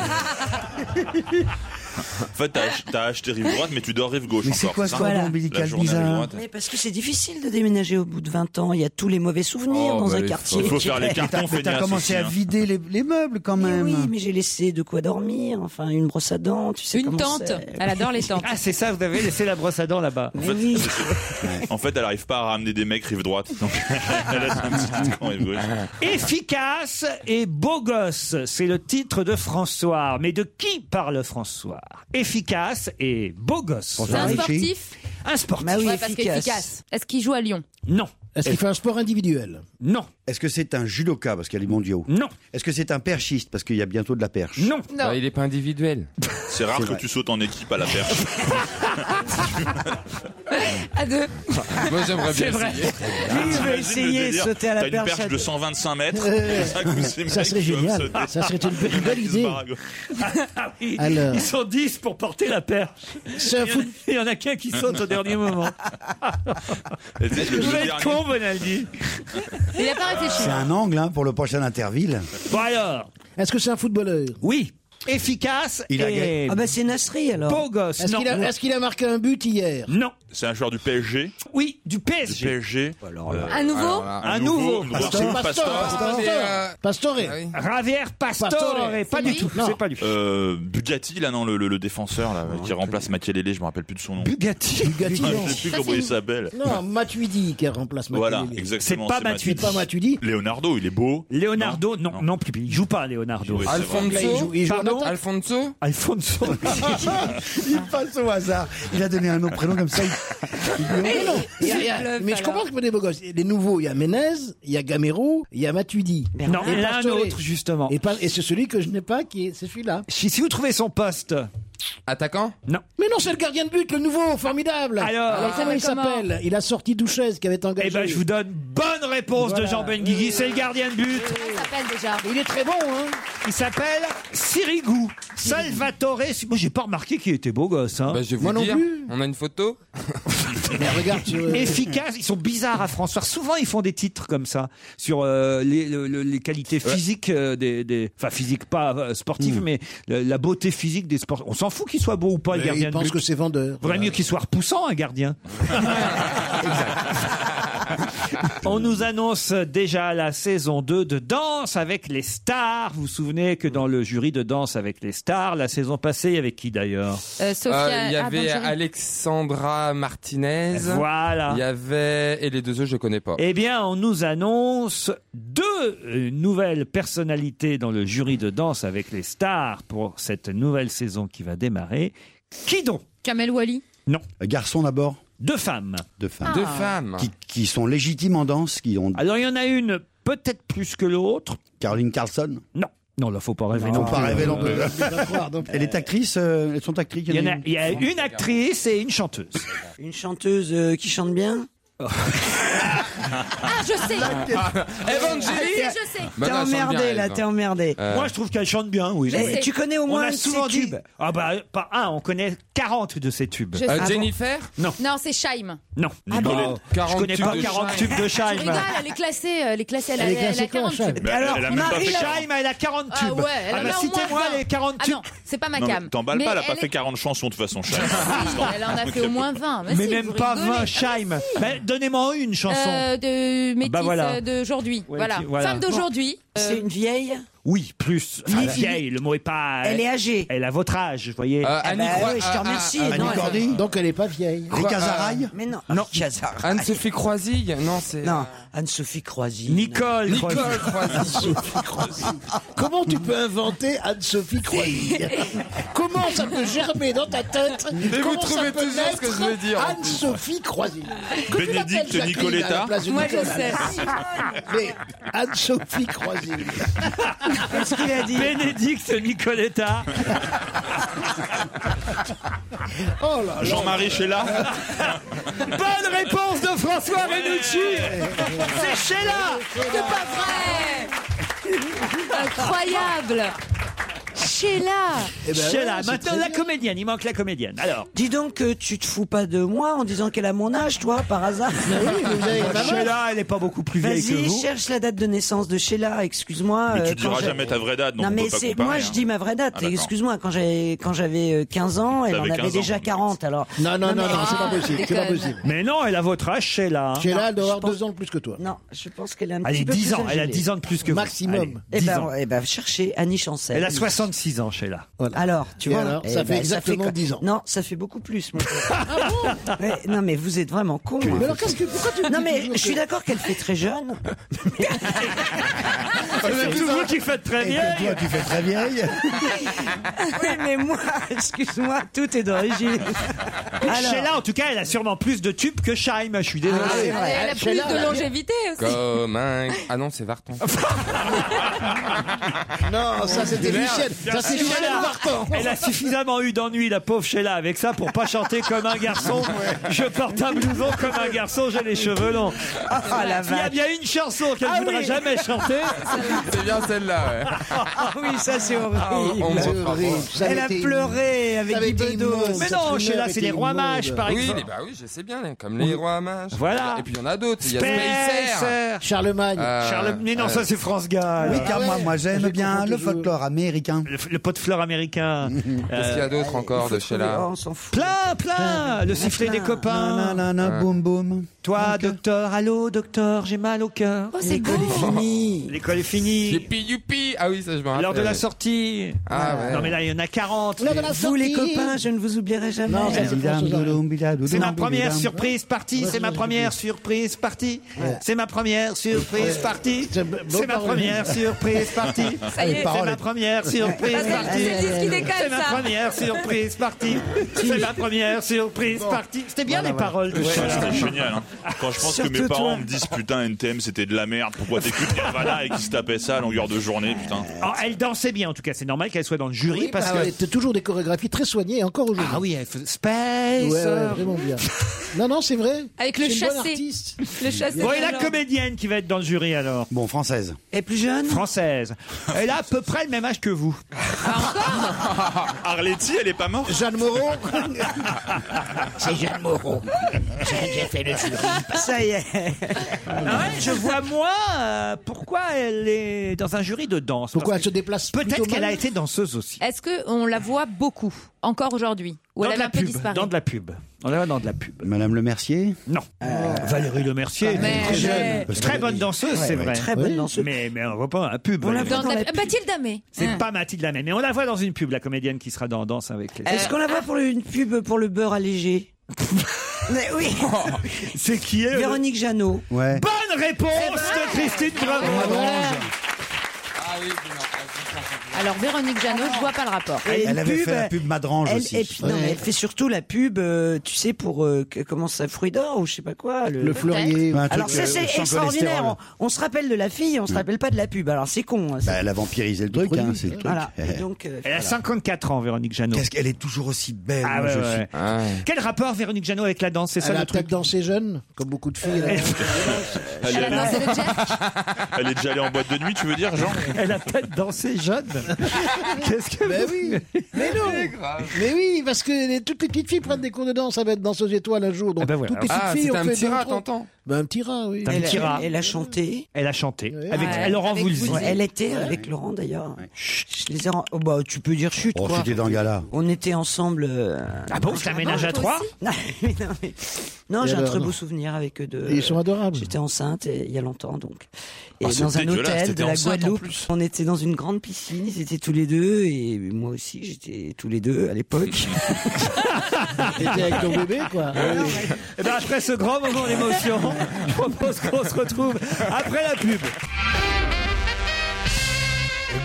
En fait, t'as ach- t'as acheté rive droite, mais tu dors rive gauche. Mais c'est encore, quoi ce ça cordon La ombilical journée rive bizarre droite. Mais parce que c'est difficile de déménager au bout de 20 ans. Il y a tous les mauvais souvenirs Oh, dans bah, un les quartier. faut- faut faire les Mais t'as- cartons, mais t'as feignasse, aussi, commencé à hein. Vider les, les meubles quand Mais même. oui, mais j'ai laissé de quoi dormir. Enfin, une brosse à dents, tu sais. Une comment tente. c'est. Elle adore les tentes. Ah, c'est ça, vous avez laissé la brosse à dents là-bas. En fait, en fait, elle arrive pas à ramener des mecs rive droite. Donc, elle laisse un petit camp rive gauche. Efficace et beau gosse, c'est le titre de François. Mais de qui parle François Efficace et beau gosse. C'est un sportif Un sportif. Bah Ouais, parce qu'efficace. Est-ce qu'il joue à Lyon Non. Est-ce qu'il fait un sport individuel Non. Est-ce que c'est un judoka parce qu'il y a les mondiaux Non. Est-ce que c'est un perchiste parce qu'il y a bientôt de la perche Non. Bah, il n'est pas individuel. C'est rare C'est que vrai. tu sautes en équipe à la perche. À deux. Ah, Moi, j'aimerais C'est bien vrai. Lui, il essayer. veut T'imagines essayer, le délire. sauter à la T'as une perche perche à- de 125 mètres. Euh, C'est que ces ça mecs serait qui doivent génial. sauter. Ça serait une belle Ils se idée. barrent à gauche. Ah oui, Alors. Ils sont 10 pour porter la perche. C'est un il, y en a, il y en a qu'un qui saute au dernier moment. Et tu sais, le Vous dernier- êtes con, Bonaldi. Il a pas réfléchi. C'est un angle hein, pour le prochain Interville. Bon alors. Est-ce que c'est un footballeur Oui. Efficace Il a et... gagné. Ah bah c'est Nasri alors. Beau gosse, Est-ce non. qu'il a, est-ce qu'il a marqué un but hier Non. C'est un joueur du PSG. Oui, du PSG. Du PSG. Euh, Un nouveau alors, Un Un nouveau. nouveau. une grosse- Pastore. Pastore. Pastore. Euh, Pastore. Ravier Ah Pastore, Pastore. et pas C'est du lui tout. Non. C'est pas lui. Euh, Bugatti, là, non, le, le- le défenseur, là, qui remplace Makelele, je me rappelle plus de son nom. Bugatti. Bugatti, Ah, non. je sais plus Ça, comment c'est il une- s'appelle. Non, Matuidi qui remplace Matuidi. Voilà, exactement. C'est pas Matuidi. C'est pas Matuidi. Leonardo, il est beau. Leonardo, non, non, plus. Il joue pas, Leonardo. Oui, c'est Alphonso. vrai. Il joue- il joue en Pardon attaque. Alfonso Alfonso. il passe au hasard. Il a donné un nom, prénom comme ça. il- Mais non, il y a- il y a- mais je comprends que vous des beaux gosses. Les nouveaux, il y a Ménez, il y a Gamero, il y a Matuidi. Non, Et il y en a un Pastore. autre, justement. Et, pas- et c'est celui que je n'ai pas, qui est, c'est celui-là. Si, si vous trouvez son poste. Attaquant Non. Mais non, c'est le gardien de but, le nouveau, formidable. Alors- comment il s'appelle Il a sorti Douchez qui avait engagé. Eh ben, je vous donne bonne réponse de Jean Benguigui. C'est le gardien de but. Comment s'appelle déjà Il est très bon, hein Il s'appelle Sirigu. Salvatore. Moi, j'ai pas remarqué qu'il était beau gosse. hein. Bah, je vais vous Moi non dire, plus. on a une photo. Mais regarde sur, euh, Efficace, ils sont bizarres à François. Souvent, ils font des titres comme ça sur euh, les, le- le- les qualités physiques euh, des, des, enfin physiques pas euh, sportives, mais la, la beauté physique des sports. On s'en fout qu'il soit beau ou pas, le Mais gardien il de pense but. que c'est vendeur. Vaudrait mieux qu'il soit repoussant, un gardien. On nous annonce déjà la saison 2 de Danse avec les stars. Vous vous souvenez que dans le jury de Danse avec les stars, la saison passée, il y avait qui d'ailleurs Euh, Sophia Euh, il y avait Ah. Abangeri. Alexandra Martinez. Voilà. Il y avait et les deux autres je connais pas. Eh bien, on nous annonce deux euh, nouvelles personnalités dans le jury de danse avec les stars pour cette nouvelle saison qui va démarrer. Qui donc Kamel Wally. Non. Garçon d'abord Deux femmes. Deux Ah. femmes. Deux femmes. Qui, qui sont légitimes en danse, qui ont. Alors, il y en a une peut-être plus que l'autre. Caroline Carlson Non. Non, là, faut pas rêver non, Non, plus. euh, pas rêver non plus. Elle Elle est actrice, euh, elles sont actrices. Ah. Il y en a, il y a une actrice et une chanteuse. Une chanteuse euh, qui chante bien. Ah, je sais Evangeline Ah, Je sais T'es Bah non, elle chante bien, emmerdé elle, Euh, là, non. t'es emmerdé. Moi, je trouve qu'elle chante bien, oui. Mais Oui. tu connais au On moins a souvent ces dit. tubes. Ah, bah, pas un, on connaît 40 de ces tubes. Ah, Je sais. Euh, Jennifer Non, c'est Scheim. Non. Nicolette. Je 40 connais Ah tubes pas de 40 Scheim. tubes de Je Scheim. rigole, elle est classée, euh, elle est classée, elle, a- Elle est elle classée a 40 quoi, Scheim tubes. Mais elle- Alors, elle a même pas Marie, fait là- Scheim, elle a 40 Ah tubes. ouais, elle en bah, a au moins citez-moi 20. les 40 Ah tubes. non, c'est pas ma Non, mais cam. T'emballes pas, elle a pas elle- fait 40 chansons de toute façon. Charles. Elle en a fait au moins 20. Mais si, même vous pas rigolez. 20 Scheim. Bah, Donnez-moi une chanson. Euh, de métis Bah voilà. euh, d'aujourd'hui. Ouais, voilà. qui- voilà. Femme d'aujourd'hui. euh, C'est une vieille. Oui, plus. Enfin, Lily- vieille, le mot est pas. Elle est âgée. Elle a votre âge, vous voyez. Euh, Ah Annie bah Croi- ouais, je te ah, remercie. ah, ah, Non, Annie elle- Cordy Donc elle est pas vieille. Rika Zaraï Mais non. Non. Anne Cazard. Anne-Sophie Croisille Non, c'est Non, euh, Anne-Sophie Croisy. Nicole, Nicole Croisille. Croisille. Comment tu peux inventer Anne-Sophie Croisille Comment ça peut germer dans ta tête vous Comment ça trouvez peut toujours ce que je veux naître dire, en plus. Anne-Sophie Croisille. Bénédicte Nicoletta. Moi, je sais. Mais Anne-Sophie Croisille. Qu'est-ce qu'il a dit Bénédicte Nicoletta. Oh Ah, là là. Jean-Marie Sheila. Bonne réponse de François Renucci. C'est Sheila. C'est pas vrai Incroyable Sheila Sheila, maintenant la comédienne, il manque la comédienne. Alors, Dis donc, euh, tu te fous pas de moi en disant qu'elle a mon âge, toi, par hasard Sheila, elle n'est pas beaucoup plus vieille que Vas-y, vous. cherche la date de naissance de Sheila, excuse-moi. Mais tu euh, diras quand j'ai- jamais ta vraie date, donc non, on mais peut pas c'est- comparer, moi je hein. dis ma vraie date, Ah, d'accord. excuse-moi, quand j'avais quand j'avais euh, 15 ans, elle en T'avais avait 15 ans, déjà 40, alors. mais- ah, Mais non, elle a votre âge, Sheila. hein. Sheila, elle doit avoir deux ans de plus que toi. Non, je pense qu'elle a un Elle petit est peu 10 plus ans, âgée. elle a 10 ans de plus que vous. Maximum. Allez, eh 10 ben, ans. eh ben, cherchez Annie Chancel. Elle a 66 ans, Sheila. Alors, tu Et vois, alors eh Ça fait ben, exactement quoi 10 ans. Non, ça fait beaucoup plus, mon frère. Ouais, Non, mais vous êtes vraiment con. hein. Mais alors, qu'est-ce que- pourquoi tu me Non, dis mais toujours je suis que- d'accord qu'elle fait très jeune. C'est tout vous qui faites très bien. toi, tu fais très vieille. oui, mais moi, excuse-moi, tout est d'origine. Alors- Sheila, en tout cas, elle a sûrement plus de tubes que Scheim. Je suis désolé. Ah, c'est vrai. Elle a plus de longévité aussi. Comme un... Ah non, c'est Vartan. Non, ça c'était Merde. Michel. Ça c'est Sheila, Michel Barton. Elle a suffisamment eu d'ennui, la pauvre Sheila, avec ça pour pas chanter comme un garçon. Je porte un blouson comme un garçon, j'ai les cheveux longs. Ah, la Il y a vache. bien une chanson qu'elle Ah voudra oui. jamais chanter. C'est bien celle-là, ouais. Ah oui, ça c'est horrible. Ah, on- on me C'est reprend. horrible. Ça avait Elle a été pleuré avec avait des été bedos. immonde. Mais non, Sheila, c'est les rois mages, par oui, exemple. les- bah oui, je sais bien, comme les rois mages. Voilà. Et puis il y en a d'autres. Il y a Spencer. Spacer. Charlemagne. Euh, Charles- Mais non, euh, Ah ça c'est France Gall. Oui, car moi, moi j'aime bien le folklore. folklore américain. Le, le pot de fleurs américain. Euh, Qu'est-ce qu'il y a d'autre encore de Sheila on s'en fout. Plein, Euh, plein Le sifflet des copains. boum, boum. Toi, docteur, allô, docteur, j'ai mal au cœur. Oh, c'est beau. finie. L'école est finie. Youpi, youpi Ah oui, ça je me rappelle. L'heure de la sortie. Euh, Ah ouais. Non, mais là, il y en a 40. Vous, les copains, je ne vous oublierai jamais. Non, ça, c'est C'est C'est ma première surprise partie, c'est ma première surprise partie, c'est ma première surprise partie, c'est ma première surprise partie, Ça y est. c'est ma première surprise Ah, partie, c'est le disque qui décolle, c'est ma ça. première surprise partie, c'est ma première surprise partie. C'était bien les paroles de Ouais, Sheila. C'était génial. hein. Quand je pense Surtout que mes parents toi. me disent putain NTM c'était de la merde, pourquoi t'écoutes Nirvana et qu'ils se tapaient ça à longueur de journée, putain. Ah, elle dansait bien en tout cas, c'est normal qu'elle soit dans le jury Oui, bah bah parce que. t'as toujours des chorégraphies très soignées, encore aujourd'hui. Ah oui, elle fait Space. Ouais, ouais, vraiment bien. non, non, c'est vrai. Avec le C'est une bonne chassé. artiste. Le chassé. Bon, et la alors. comédienne qui va être dans le jury alors Bon, française. Et plus jeune Française. Elle a à peu près le même âge que vous. Arletty, elle est pas morte Jeanne Moreau. C'est Jeanne Moreau. J'ai fait le jury. Ça y est. Ah ouais, je vois moi euh, pourquoi elle est dans un jury de danse. Pourquoi elle se déplace Peut-être plutôt qu'elle mal a été danseuse aussi. Est-ce qu'on la voit beaucoup, encore aujourd'hui Ou dans elle avait de la un peu pub. disparu Dans de la pub. On la voit dans de la pub. Madame Le Mercier Euh, Non. Valérie Le Mercier. Mais était elle est- Très, bonne danseuse, Ouais, c'est ouais, vrai. très bonne Oui. danseuse. Mais, mais on voit pas un pub. Valérie. Dans de la- Mathilde Amé. C'est Hein. pas Mathilde Lamé, mais on la voit dans une pub, la comédienne qui sera dans Danse avec les. Euh, Est-ce qu'on la ah. voit pour le- une pub pour le beurre allégé Mais oui. Oh, C'est qui est Véronique Jeannot. Eh ben. Ah, Ouais. Bonne réponse de Christine Bravo. Alors, Ah. Véronique Jeannot, je vois pas le rapport. Et Elle une avait fait la pub Madrange elle, aussi. Et puis, non, mais elle fait surtout la pub, euh, tu sais, pour euh, que- comment ça, fruit d'or ou je sais pas quoi. Le, Le fleurier. Un truc, Alors ça euh, c'est sans extraordinaire. cholestérol. On, on se rappelle de la fille, on se rappelle pas de la pub. Alors c'est con. hein, Mm. Bah, c'est- elle a vampirisé le truc, hein, c'est le truc. Voilà. Et donc, euh, Elle a 54 ans, Véronique Jeannot. Qu'est-ce qu'elle est toujours aussi belle. Ah moi, ouais, je ouais. suis- Quel rapport Véronique Jeannot avec la danse C'est ça Elle le a truc Euh, peut-être dansé jeune, comme beaucoup de filles. elle a- Elle Elle a est, dansé le jazz. elle est déjà allée en boîte de nuit, tu veux dire, Jean Elle a peut-être dansé jeune. Ah. Qu'est-ce que Ben oui. Mais non. Mais oui, parce que les- toutes les petites filles prennent des cours de danse. Ça va être danseuse étoile un jour. Donc Ah ben voilà. toutes les petites Ah, filles c'est ont un fait petit deux, rat, trois- t'entends Ben, un petit rat, oui. T'as un elle, petit rat. elle a chanté. Elle a chanté avec Laurent avec Voulzy. Voulzy. Elle était avec Laurent d'ailleurs. Chut, Je les ai. ren- Oh, bah tu peux dire chute Oh, quoi. c'était dans le gala. On était ensemble. euh, Ah bon, c'est un ménage à bah, toi trois aussi Non, mais non, mais- non, Et j'ai un alors, très non. beau souvenir avec eux deux. Et Ils sont adorables. J'étais enceinte et- il y a longtemps donc. Et Ah, c'est dans un dégueulasse, hôtel t'étais de la enceinte, en Guadeloupe, plus. on était dans une grande piscine, ils étaient tous les deux et moi aussi j'étais tous les deux à l'époque. T'étais avec ton bébé, quoi. Eh ben, après ce grand moment d'émotion, je propose qu'on se retrouve après la pub.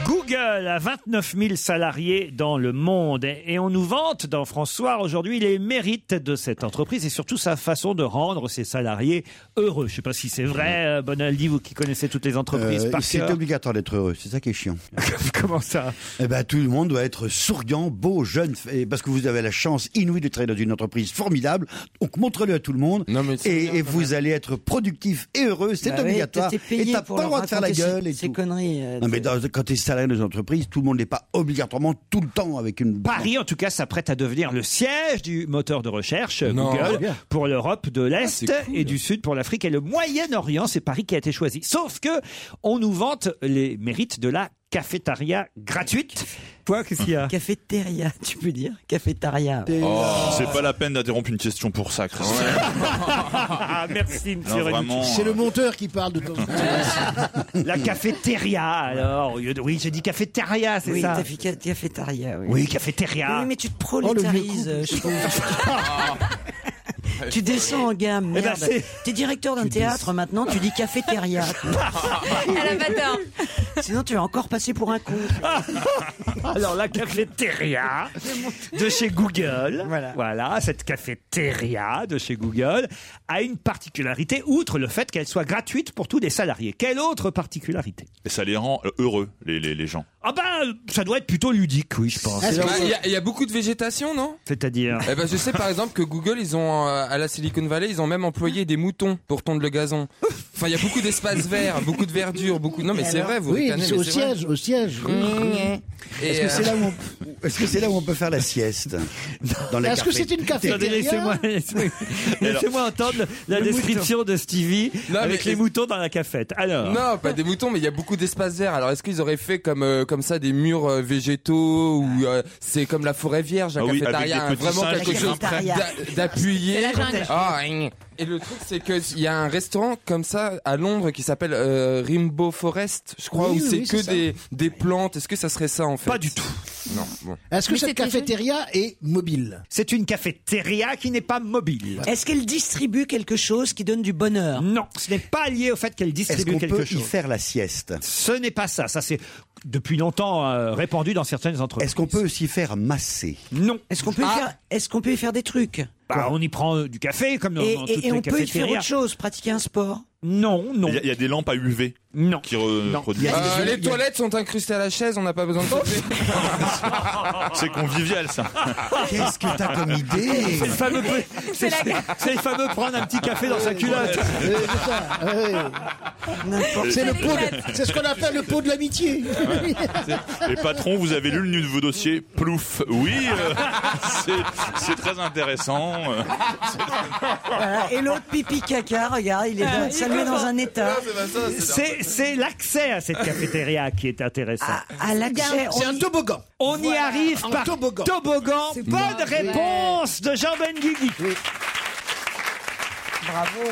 Google a 29 000 salariés dans le monde et on nous vante dans François aujourd'hui les mérites de cette entreprise et surtout sa façon de rendre ses salariés heureux. Je ne sais pas si c'est vrai, euh, Bonaldi, vous qui connaissez toutes les entreprises Euh, par c'est cœur. obligatoire d'être heureux, c'est ça qui est chiant. Comment ça Eh ben, tout le monde doit être souriant, beau, jeune, et parce que vous avez la chance inouïe de travailler dans une entreprise formidable. Donc montrez-le à tout le monde, Non, mais c'est et, bien, et quand vous allez être productif et heureux. C'est Bah oui, obligatoire. t'étais payé et t'as pour pas le leur droit de faire la raconter ces- gueule et ces tout. conneries. euh, Non mais de- dans- quand t'es salarié dans une entreprises, tout le monde n'est pas obligatoirement tout le temps avec une. Paris, en tout cas, s'apprête à devenir le siège du moteur de recherche euh, Non. Google Ah, bien. pour l'Europe de l'Est Ah, c'est cool. et du Sud pour l'Afrique et le Moyen-Orient. C'est Paris qui a été choisi. Sauf que on nous vante les mérites de la cafétéria gratuite. Quoi, qu'est-ce qu'il y a Cafétéria, tu peux dire Cafétéria. Oh, C'est pas la peine d'interrompre une question pour ça, Christine. Ah, Merci, monsieur Alors, Renucci. vraiment, C'est le monteur qui parle de temps en temps. La cafétéria, alors. au lieu de- Oui, j'ai dit cafétéria, c'est Oui, ça. t'as fait ca- cafétéria, oui. Oui, cafétéria. Oui, mais tu te Oh, prolétarises, je trouve. tu descends en gamme, Eh ben, merde. c'est- T'es directeur d'un théâtre maintenant, tu dis cafétéria. À la bâtard. Sinon, tu vas encore passer pour un con. Alors la cafétéria de chez Google, voilà. cette cafétéria de chez Google a une particularité outre le fait qu'elle soit gratuite pour tous les salariés. Quelle autre particularité Et ça les rend euh, heureux, les, les, les gens. Ah ben, ça doit être plutôt ludique, oui, je pense. Ah, c'est Bah, Il y a- il y, a beaucoup de végétation, non C'est-à-dire eh ben, je sais par exemple que Google, ils ont euh, à la Silicon Valley, ils ont même employé des moutons pour tondre le gazon. Enfin, il y a beaucoup d'espaces verts, beaucoup de verdure, beaucoup. Non, mais c'est vrai, vous Oui, ricanez, c'est mais au c'est vrai. siège, au siège. Mmh. Et, Est-ce que euh, c'est là où on... est-ce que c'est là où on peut faire la sieste Dans la Est-ce que c'est une cafétéria Attendez, laissez-moi laissez-moi- laissez-moi entendre la Le description mouton. de Stevie Non, avec mais- les moutons dans la cafette. Alors, Non, pas des moutons, mais il y a beaucoup d'espaces verts. Alors, est-ce qu'ils auraient fait comme euh, comme ça des murs euh, végétaux ou euh, c'est comme la forêt vierge, la Ah oui, cafétéria, avec des petits vraiment singes qui quelque chose grimpent après. d'a- d'appuyer. C'est la jungle. Ah, hein. et le truc, c'est que il y a un restaurant comme ça à Londres qui s'appelle euh, Rainbow Forest, je crois, Oui, où oui, c'est oui, que c'est ça. des des plantes. Est-ce que ça serait ça en fait Pas du tout. Non. Bon. Est-ce que Mais cette c'était cafétéria est mobile C'est une cafétéria qui n'est pas mobile. Est-ce qu'elle distribue quelque chose qui donne du bonheur Non, ce n'est pas lié au fait qu'elle Est-ce distribue qu'on quelque peut chose. y faire la sieste Ce n'est pas ça. Ça, c'est depuis longtemps euh, répandu dans certaines entreprises. Est-ce qu'on peut aussi faire masser Non. Est-ce qu'on peut, y faire- est-ce qu'on peut y faire des trucs Ah. Bah, on y prend euh, du café, comme dans, Et, dans et- toutes et les on peut y faire cafétérias. autre chose, pratiquer un sport Non, non. Il y, a- il y a des lampes à UV non. qui Ah, reproduisent. Euh, les toilettes sont incrustées à la chaise, on n'a pas besoin de sauter. C'est convivial, ça. Qu'est-ce que t'as comme idée C'est le fameux, pe- C'est la- c'est- c'est le fameux prendre un petit café dans sa culotte. Oui, c'est ça, oui. Ah, C'est le pot de- c'est ce qu'on appelle le pot de l'amitié. Les patrons, vous avez lu le nu de vos dossiers Plouf. Oui, euh, c'est- c'est très intéressant. euh. Voilà. Et l'autre pipi caca, regarde, il est Ah, dans- il ça est le met dans content. un état. C'est c'est l'accès à cette cafétéria qui est intéressant. Ah, à l'accès, C'est un toboggan. On y Voilà, arrive un par toboggan. toboggan. C'est Bonne pas vrai. réponse de Jean Benguigui. Bravo.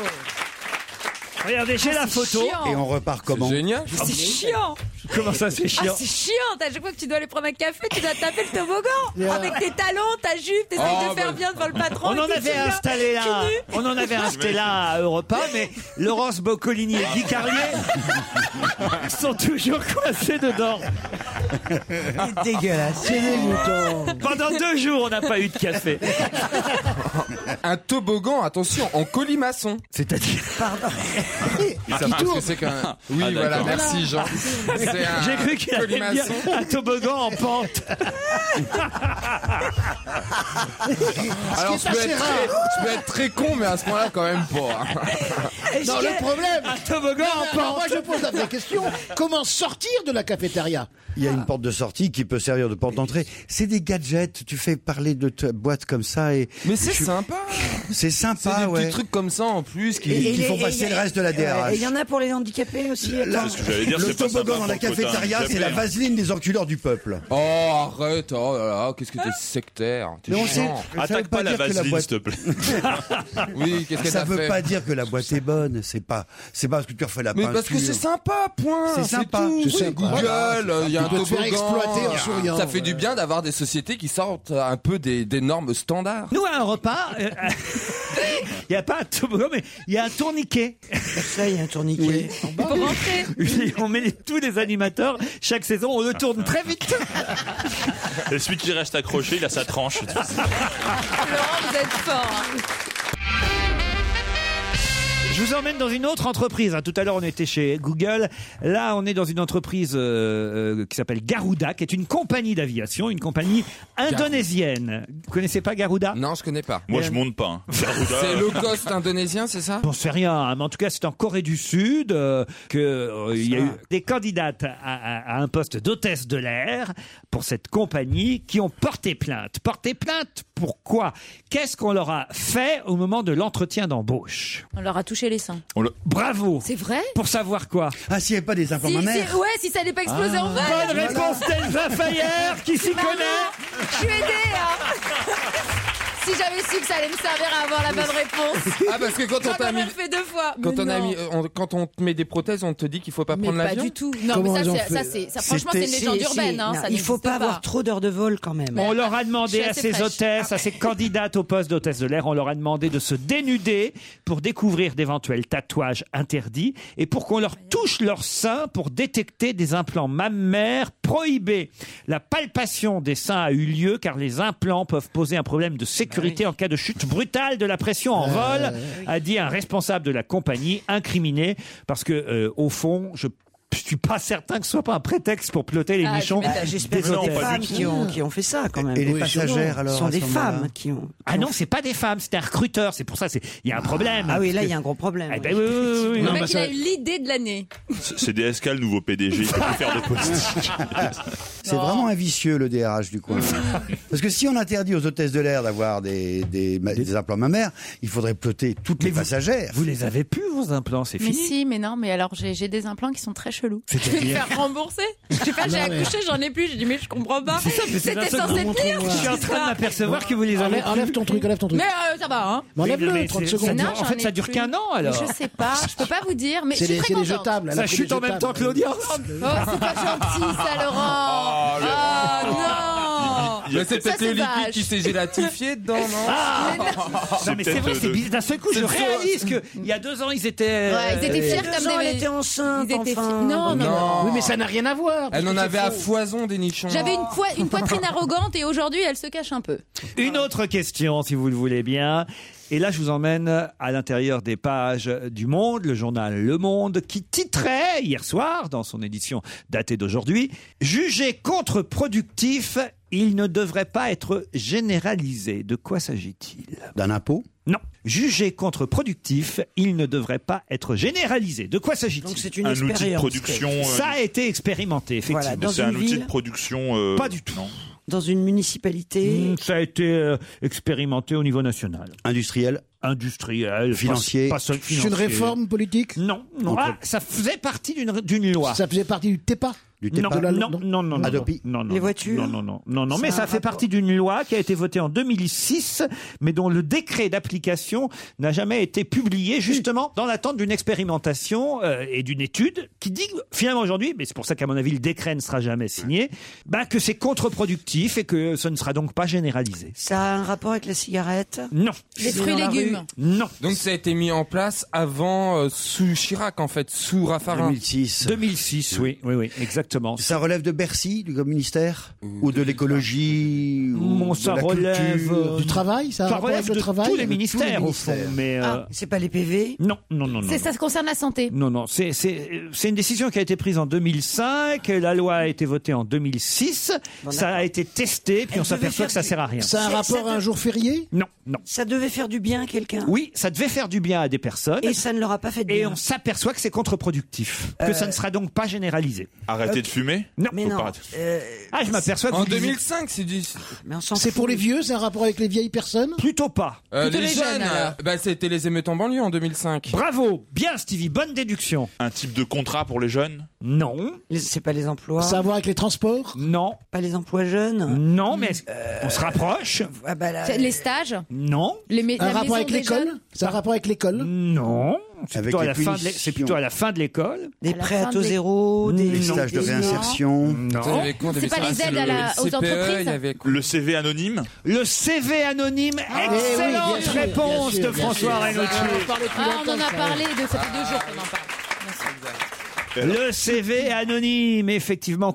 Regardez, j'ai Ah, la c'est photo. chiant. Et on repart comment Génial. Mais C'est chiant. Comment ça, c'est Ah, chiant c'est chiant. À chaque fois que tu dois aller prendre un café, tu dois taper le toboggan. Yeah. Avec tes talons, ta jupe, t'essayes Oh, de faire bah. bien devant le patron. On et en tout, avait tu viens, installé tu là, nues. on en avait installé là à Europa, mais Laurence Boccolini et Guy Carlier sont toujours coincés dedans. C'est dégueulasse. C'est dégoûtant. Pendant deux jours, on n'a pas eu de café. Un toboggan, attention, en colimaçon. C'est-à-dire. Pardon. Ils savent pas ce que Ah, c'est qu'un. Oui, Ah, voilà, d'accord. merci Jean. C'est un J'ai cru qu'il allait me dire colimaçon. un toboggan en pente. Alors, je peux, être très, je peux être très con, mais à ce moment-là, quand même pas. Ah, Non, le problème. Un toboggan Non, mais alors, Moi, je pose la vraie question. Comment sortir de la cafétéria Il y Ah. a une porte de sortie qui peut servir de porte d'entrée. C'est des gadgets. Tu fais parler de ta boîte comme ça et. Mais c'est je suis- sympa. C'est C'est sympa, des ouais. petits trucs comme ça en plus qui, Et- et qui les- font et- passer et- le reste de la ouais, DRH. Et il y en a pour les handicapés aussi. attends. ce que j'allais dire, le c'est pas toboggan sympa dans la pour le quota cafétéria, c'est la handicapé, hein. vaseline des enculeurs du peuple. Oh, arrête, oh là là, qu'est-ce que t'es sectaire. T'es Mais on chiant. sait- ça Attaque veut pas pas la dire que la vaseline, boîte- s'il te plaît. oui, qu'est-ce que ça t'as veut fait pas dire que la boîte est bonne. C'est pas, c'est Ah, pas parce que tu refais la Mais peinture. parce que c'est sympa, point. C'est sympa. tout. C'est Oui, sympa. Google, Voilà, c'est euh, il y a un sympa. Tu peux te toboggan. faire exploiter en souriant, Ça fait ouais. du bien d'avoir des sociétés qui sortent un peu des, des normes standards. Nous, à un repas, euh, il n'y a pas un toboggan, mais il y a un tourniquet. Ça, il y a un tourniquet. Pour rentrer. Oui, On met les- tous les animateurs, chaque saison, on le tourne très vite. Et celui qui reste accroché, il a sa tranche. hein. Laurent, vous êtes fort. Je vous emmène dans une autre entreprise. hein. Tout à l'heure, on était chez Google. Là, on est dans une entreprise euh, euh, qui s'appelle Garuda, qui est une compagnie d'aviation, une compagnie indonésienne. Vous connaissez pas Garuda Non, je connais pas. Moi, je monte pas. hein. Garuda, C'est euh, low cost indonésien, c'est ça J'en sais rien, hein, mais en tout cas, c'est en Corée du Sud euh, que euh, il y a eu des candidates à, à- à un poste d'hôtesse de l'air pour cette compagnie qui ont porté plainte. Porté plainte pourquoi Qu'est-ce qu'on leur a fait au moment de l'entretien d'embauche On leur a touché les seins. Bravo C'est vrai Pour savoir quoi Ah, s'il n'y avait pas des Si- si- ouais, si ça n'est pas explosé Ah. en vol. Bonne réponse d'Elsa Fayère, qui s'y Maman, connaît. Je suis aidée. hein. si j'avais su que ça allait me servir à avoir la bonne réponse. Ah, parce que quand on t'a on mis- le fait deux fois. Quand Mais on, a non. mis, euh, on- quand on te met des prothèses, on te dit qu'il faut pas Mais prendre pas l'avion. du tout. Non, Comment mais ça, ils ont c'est- ça, fait c'est- ça, franchement, c'est une Si, légende si, urbaine, hein, non, ça il faut n'existe pas, pas. avoir trop d'heures de vol quand même. On leur a Je demandé suis à assez ces fraîche. Ah hôtesses, à ces candidates au poste d'hôtesse de l'air, on leur a demandé de se dénuder pour découvrir d'éventuels tatouages interdits et pour qu'on leur touche leur sein pour détecter des implants mammaires prohibés. La palpation des seins a eu lieu car les implants peuvent poser un problème de Bah sécurité en cas de chute brutale de la pression Euh, en vol, a dit un responsable de la compagnie incriminé parce que euh, au fond, je je suis pas certain que ce soit pas un prétexte pour ploter les Ah, nichons. tu m'étonnes. J'espère des que ce sont des hôtesses. femmes qui ont, qui ont fait ça quand même. Et les passagères, alors, Ce sont à des ce moment-là femmes qui ont. Ah non, c'est pas des femmes, c'est un recruteur. C'est pour ça, c'est il y a un problème. Ah oui, là, Parce que- il y a un gros problème. Eh ben oui, oui, oui, oui. Le mec, il a eu l'idée de l'année. C'est c'est DSK, le nouveau PDG. Il peut plus faire de Ah, poste. C'est vraiment un vicieux le DRH du coin. Parce que si on interdit aux hôtesses de l'air d'avoir des, des, ma- des implants mammaires, il faudrait ploter toutes les passagères. Vous les avez plus vos implants, c'est Mais si, mais non, mais alors j'ai j'ai des implants qui sont très chelous. Je vais me C'est-à-dire faire rembourser. Je sais pas, j'ai Non, mais- accouché, j'en ai plus. J'ai dit, mais je comprends pas. mais c'est C'était d'un seul censé coup, être pire. Je suis en cette train de histoire. m'apercevoir que vous les avez. Enlève, enlève ton truc, enlève ton truc. Mais euh, ça va, hein. Mais enlève-le, Oui, mais 30 c'est- secondes. ça dure- en j'en fait, ai ça dure plus. qu'un an alors. Mais Je sais pas, je peux pas vous dire, mais je C'est suis les- très c'est les contente. jetables, elle a Ça pris chute les en même jetables. temps que Oh, l'audience. Oh, c'est pas gentil, ça, Laurent. Ah, Mais c'est Ça, peut-être c'est le liquide vache. Ah, qui s'est gélatifié dedans, non Ah. Non mais c'est vrai, c'est bizarre. D'un seul coup, C'est je le- réalise que il y a deux ans, ils étaient. euh, Ouais, ils étaient fiers Deux comme ans, des. elle était enceinte, Ils étaient enfin. fi- Non, non, non. Non. Oui, mais ça n'a rien à voir. Elle en parce que avait c'est à faux. foison des nichons. J'avais une, poi- une poitrine arrogante et aujourd'hui, elle se cache un peu. Une Ah. autre question, si vous le voulez bien. Et là, je vous emmène à l'intérieur des pages du Monde, le journal Le Monde, qui titrait hier soir, dans son édition datée d'aujourd'hui, Jugé contre-productif, il ne devrait pas être généralisé. De quoi s'agit-il D'un impôt Non. Jugé contre-productif, il ne devrait pas être généralisé. De quoi s'agit-il Donc c'est une Un outil de expérience. production, euh, Ça a été expérimenté, effectivement. Voilà, dans C'est une un outil ville. de production. euh, Pas du tout. non. Dans une municipalité. Mm, Ça a été euh, expérimenté au niveau national. Industriel Industriel, Financier. pas, pas seul C'est financier. une réforme politique Non, non. Ah, ça faisait partie d'une d'une loi. Ça faisait partie du TEPA du Non, TEPA, de la- non, non, non, non, non, Adopi. non, non, Les non, voitures. Non, non, non, non, non, Ça mais a ça un fait rapport. partie d'une loi qui a été votée en 2006, mais dont le décret d'application n'a jamais été publié, justement dans l'attente d'une expérimentation euh, et d'une étude qui dit finalement aujourd'hui, mais c'est pour ça qu'à mon avis le décret ne sera jamais signé, bah, que c'est contre-productif et que ce ne sera donc pas généralisé. Ça a un rapport avec la cigarette Non, Les fruits et dans la légumes. non. Donc ça a été mis en place avant, euh, sous Chirac en fait, sous Raffarin. 2006. 2006, oui, oui, oui, exactement. Ça relève de Bercy, du ministère Ou de l'écologie Bon, ou ça de la relève culture euh, Du travail, ça a un ça rapport relève avec de le travail tous les De ministères, au fond, ministères. mais euh, Ah, c'est pas les PV non, non, non, non. C'est non. ça concerne la santé. Non, non, c'est c'est- euh, c'est une décision qui a été prise en 2005, la loi a été votée en 2006, ça a été testé, puis Elle on devait s'aperçoit que ça faire sert à rien. Ça a un C'est- rapport à un c'est- jour férié Non, non. Ça devait faire du bien à quelqu'un. Oui, ça devait faire du bien à des personnes, Et et, ça ne leur a pas fait de bien. on s'aperçoit que c'est contre-productif, que Euh, ça ne sera donc pas généralisé. Arrêter de fumer Non. Mais Faut non. pas arrêter. euh, Ah, je m'aperçois que En vous lisez- 2005, c'est du... mais on s'en C'est fout. pour les vieux, c'est un rapport avec les vieilles personnes Plutôt pas. Euh, Plutôt les, les jeunes, jeunes, alors. bah, c'était les émeutes en banlieue en 2005. Bravo, bien Stevie, bonne déduction. Un type de contrat pour les jeunes Non, Les- C'est pas les emplois. Ça a à voir avec les transports non, Pas les emplois jeunes. Euh, non, mais on se rapproche. Ah bah là, C'est- Les stages, Non, les mé- Un la rapport maison avec des l'école jeunes. C'est un rapport avec l'école non, c'est Avec plutôt, à les la fin de l'é- punitions. c'est plutôt à la fin de l'école. des À la prêts à fin taux des- zéro, des, Les stages de des- réinsertion Attends, il y Non. avait quoi, on C'est devait pas faire- les ah, c'est aides le- à la- le aux CPE, entreprises Il y avait quoi Le CV anonyme Le CV anonyme, excellente Eh oui, bien sûr, bien réponse sûr, de bien sûr. François Renucci. On en a parlé depuis Ah, on en longtemps, a ça. parlé, de, ça fait deux jours qu'on en parle. Bien sûr. Le CV anonyme, effectivement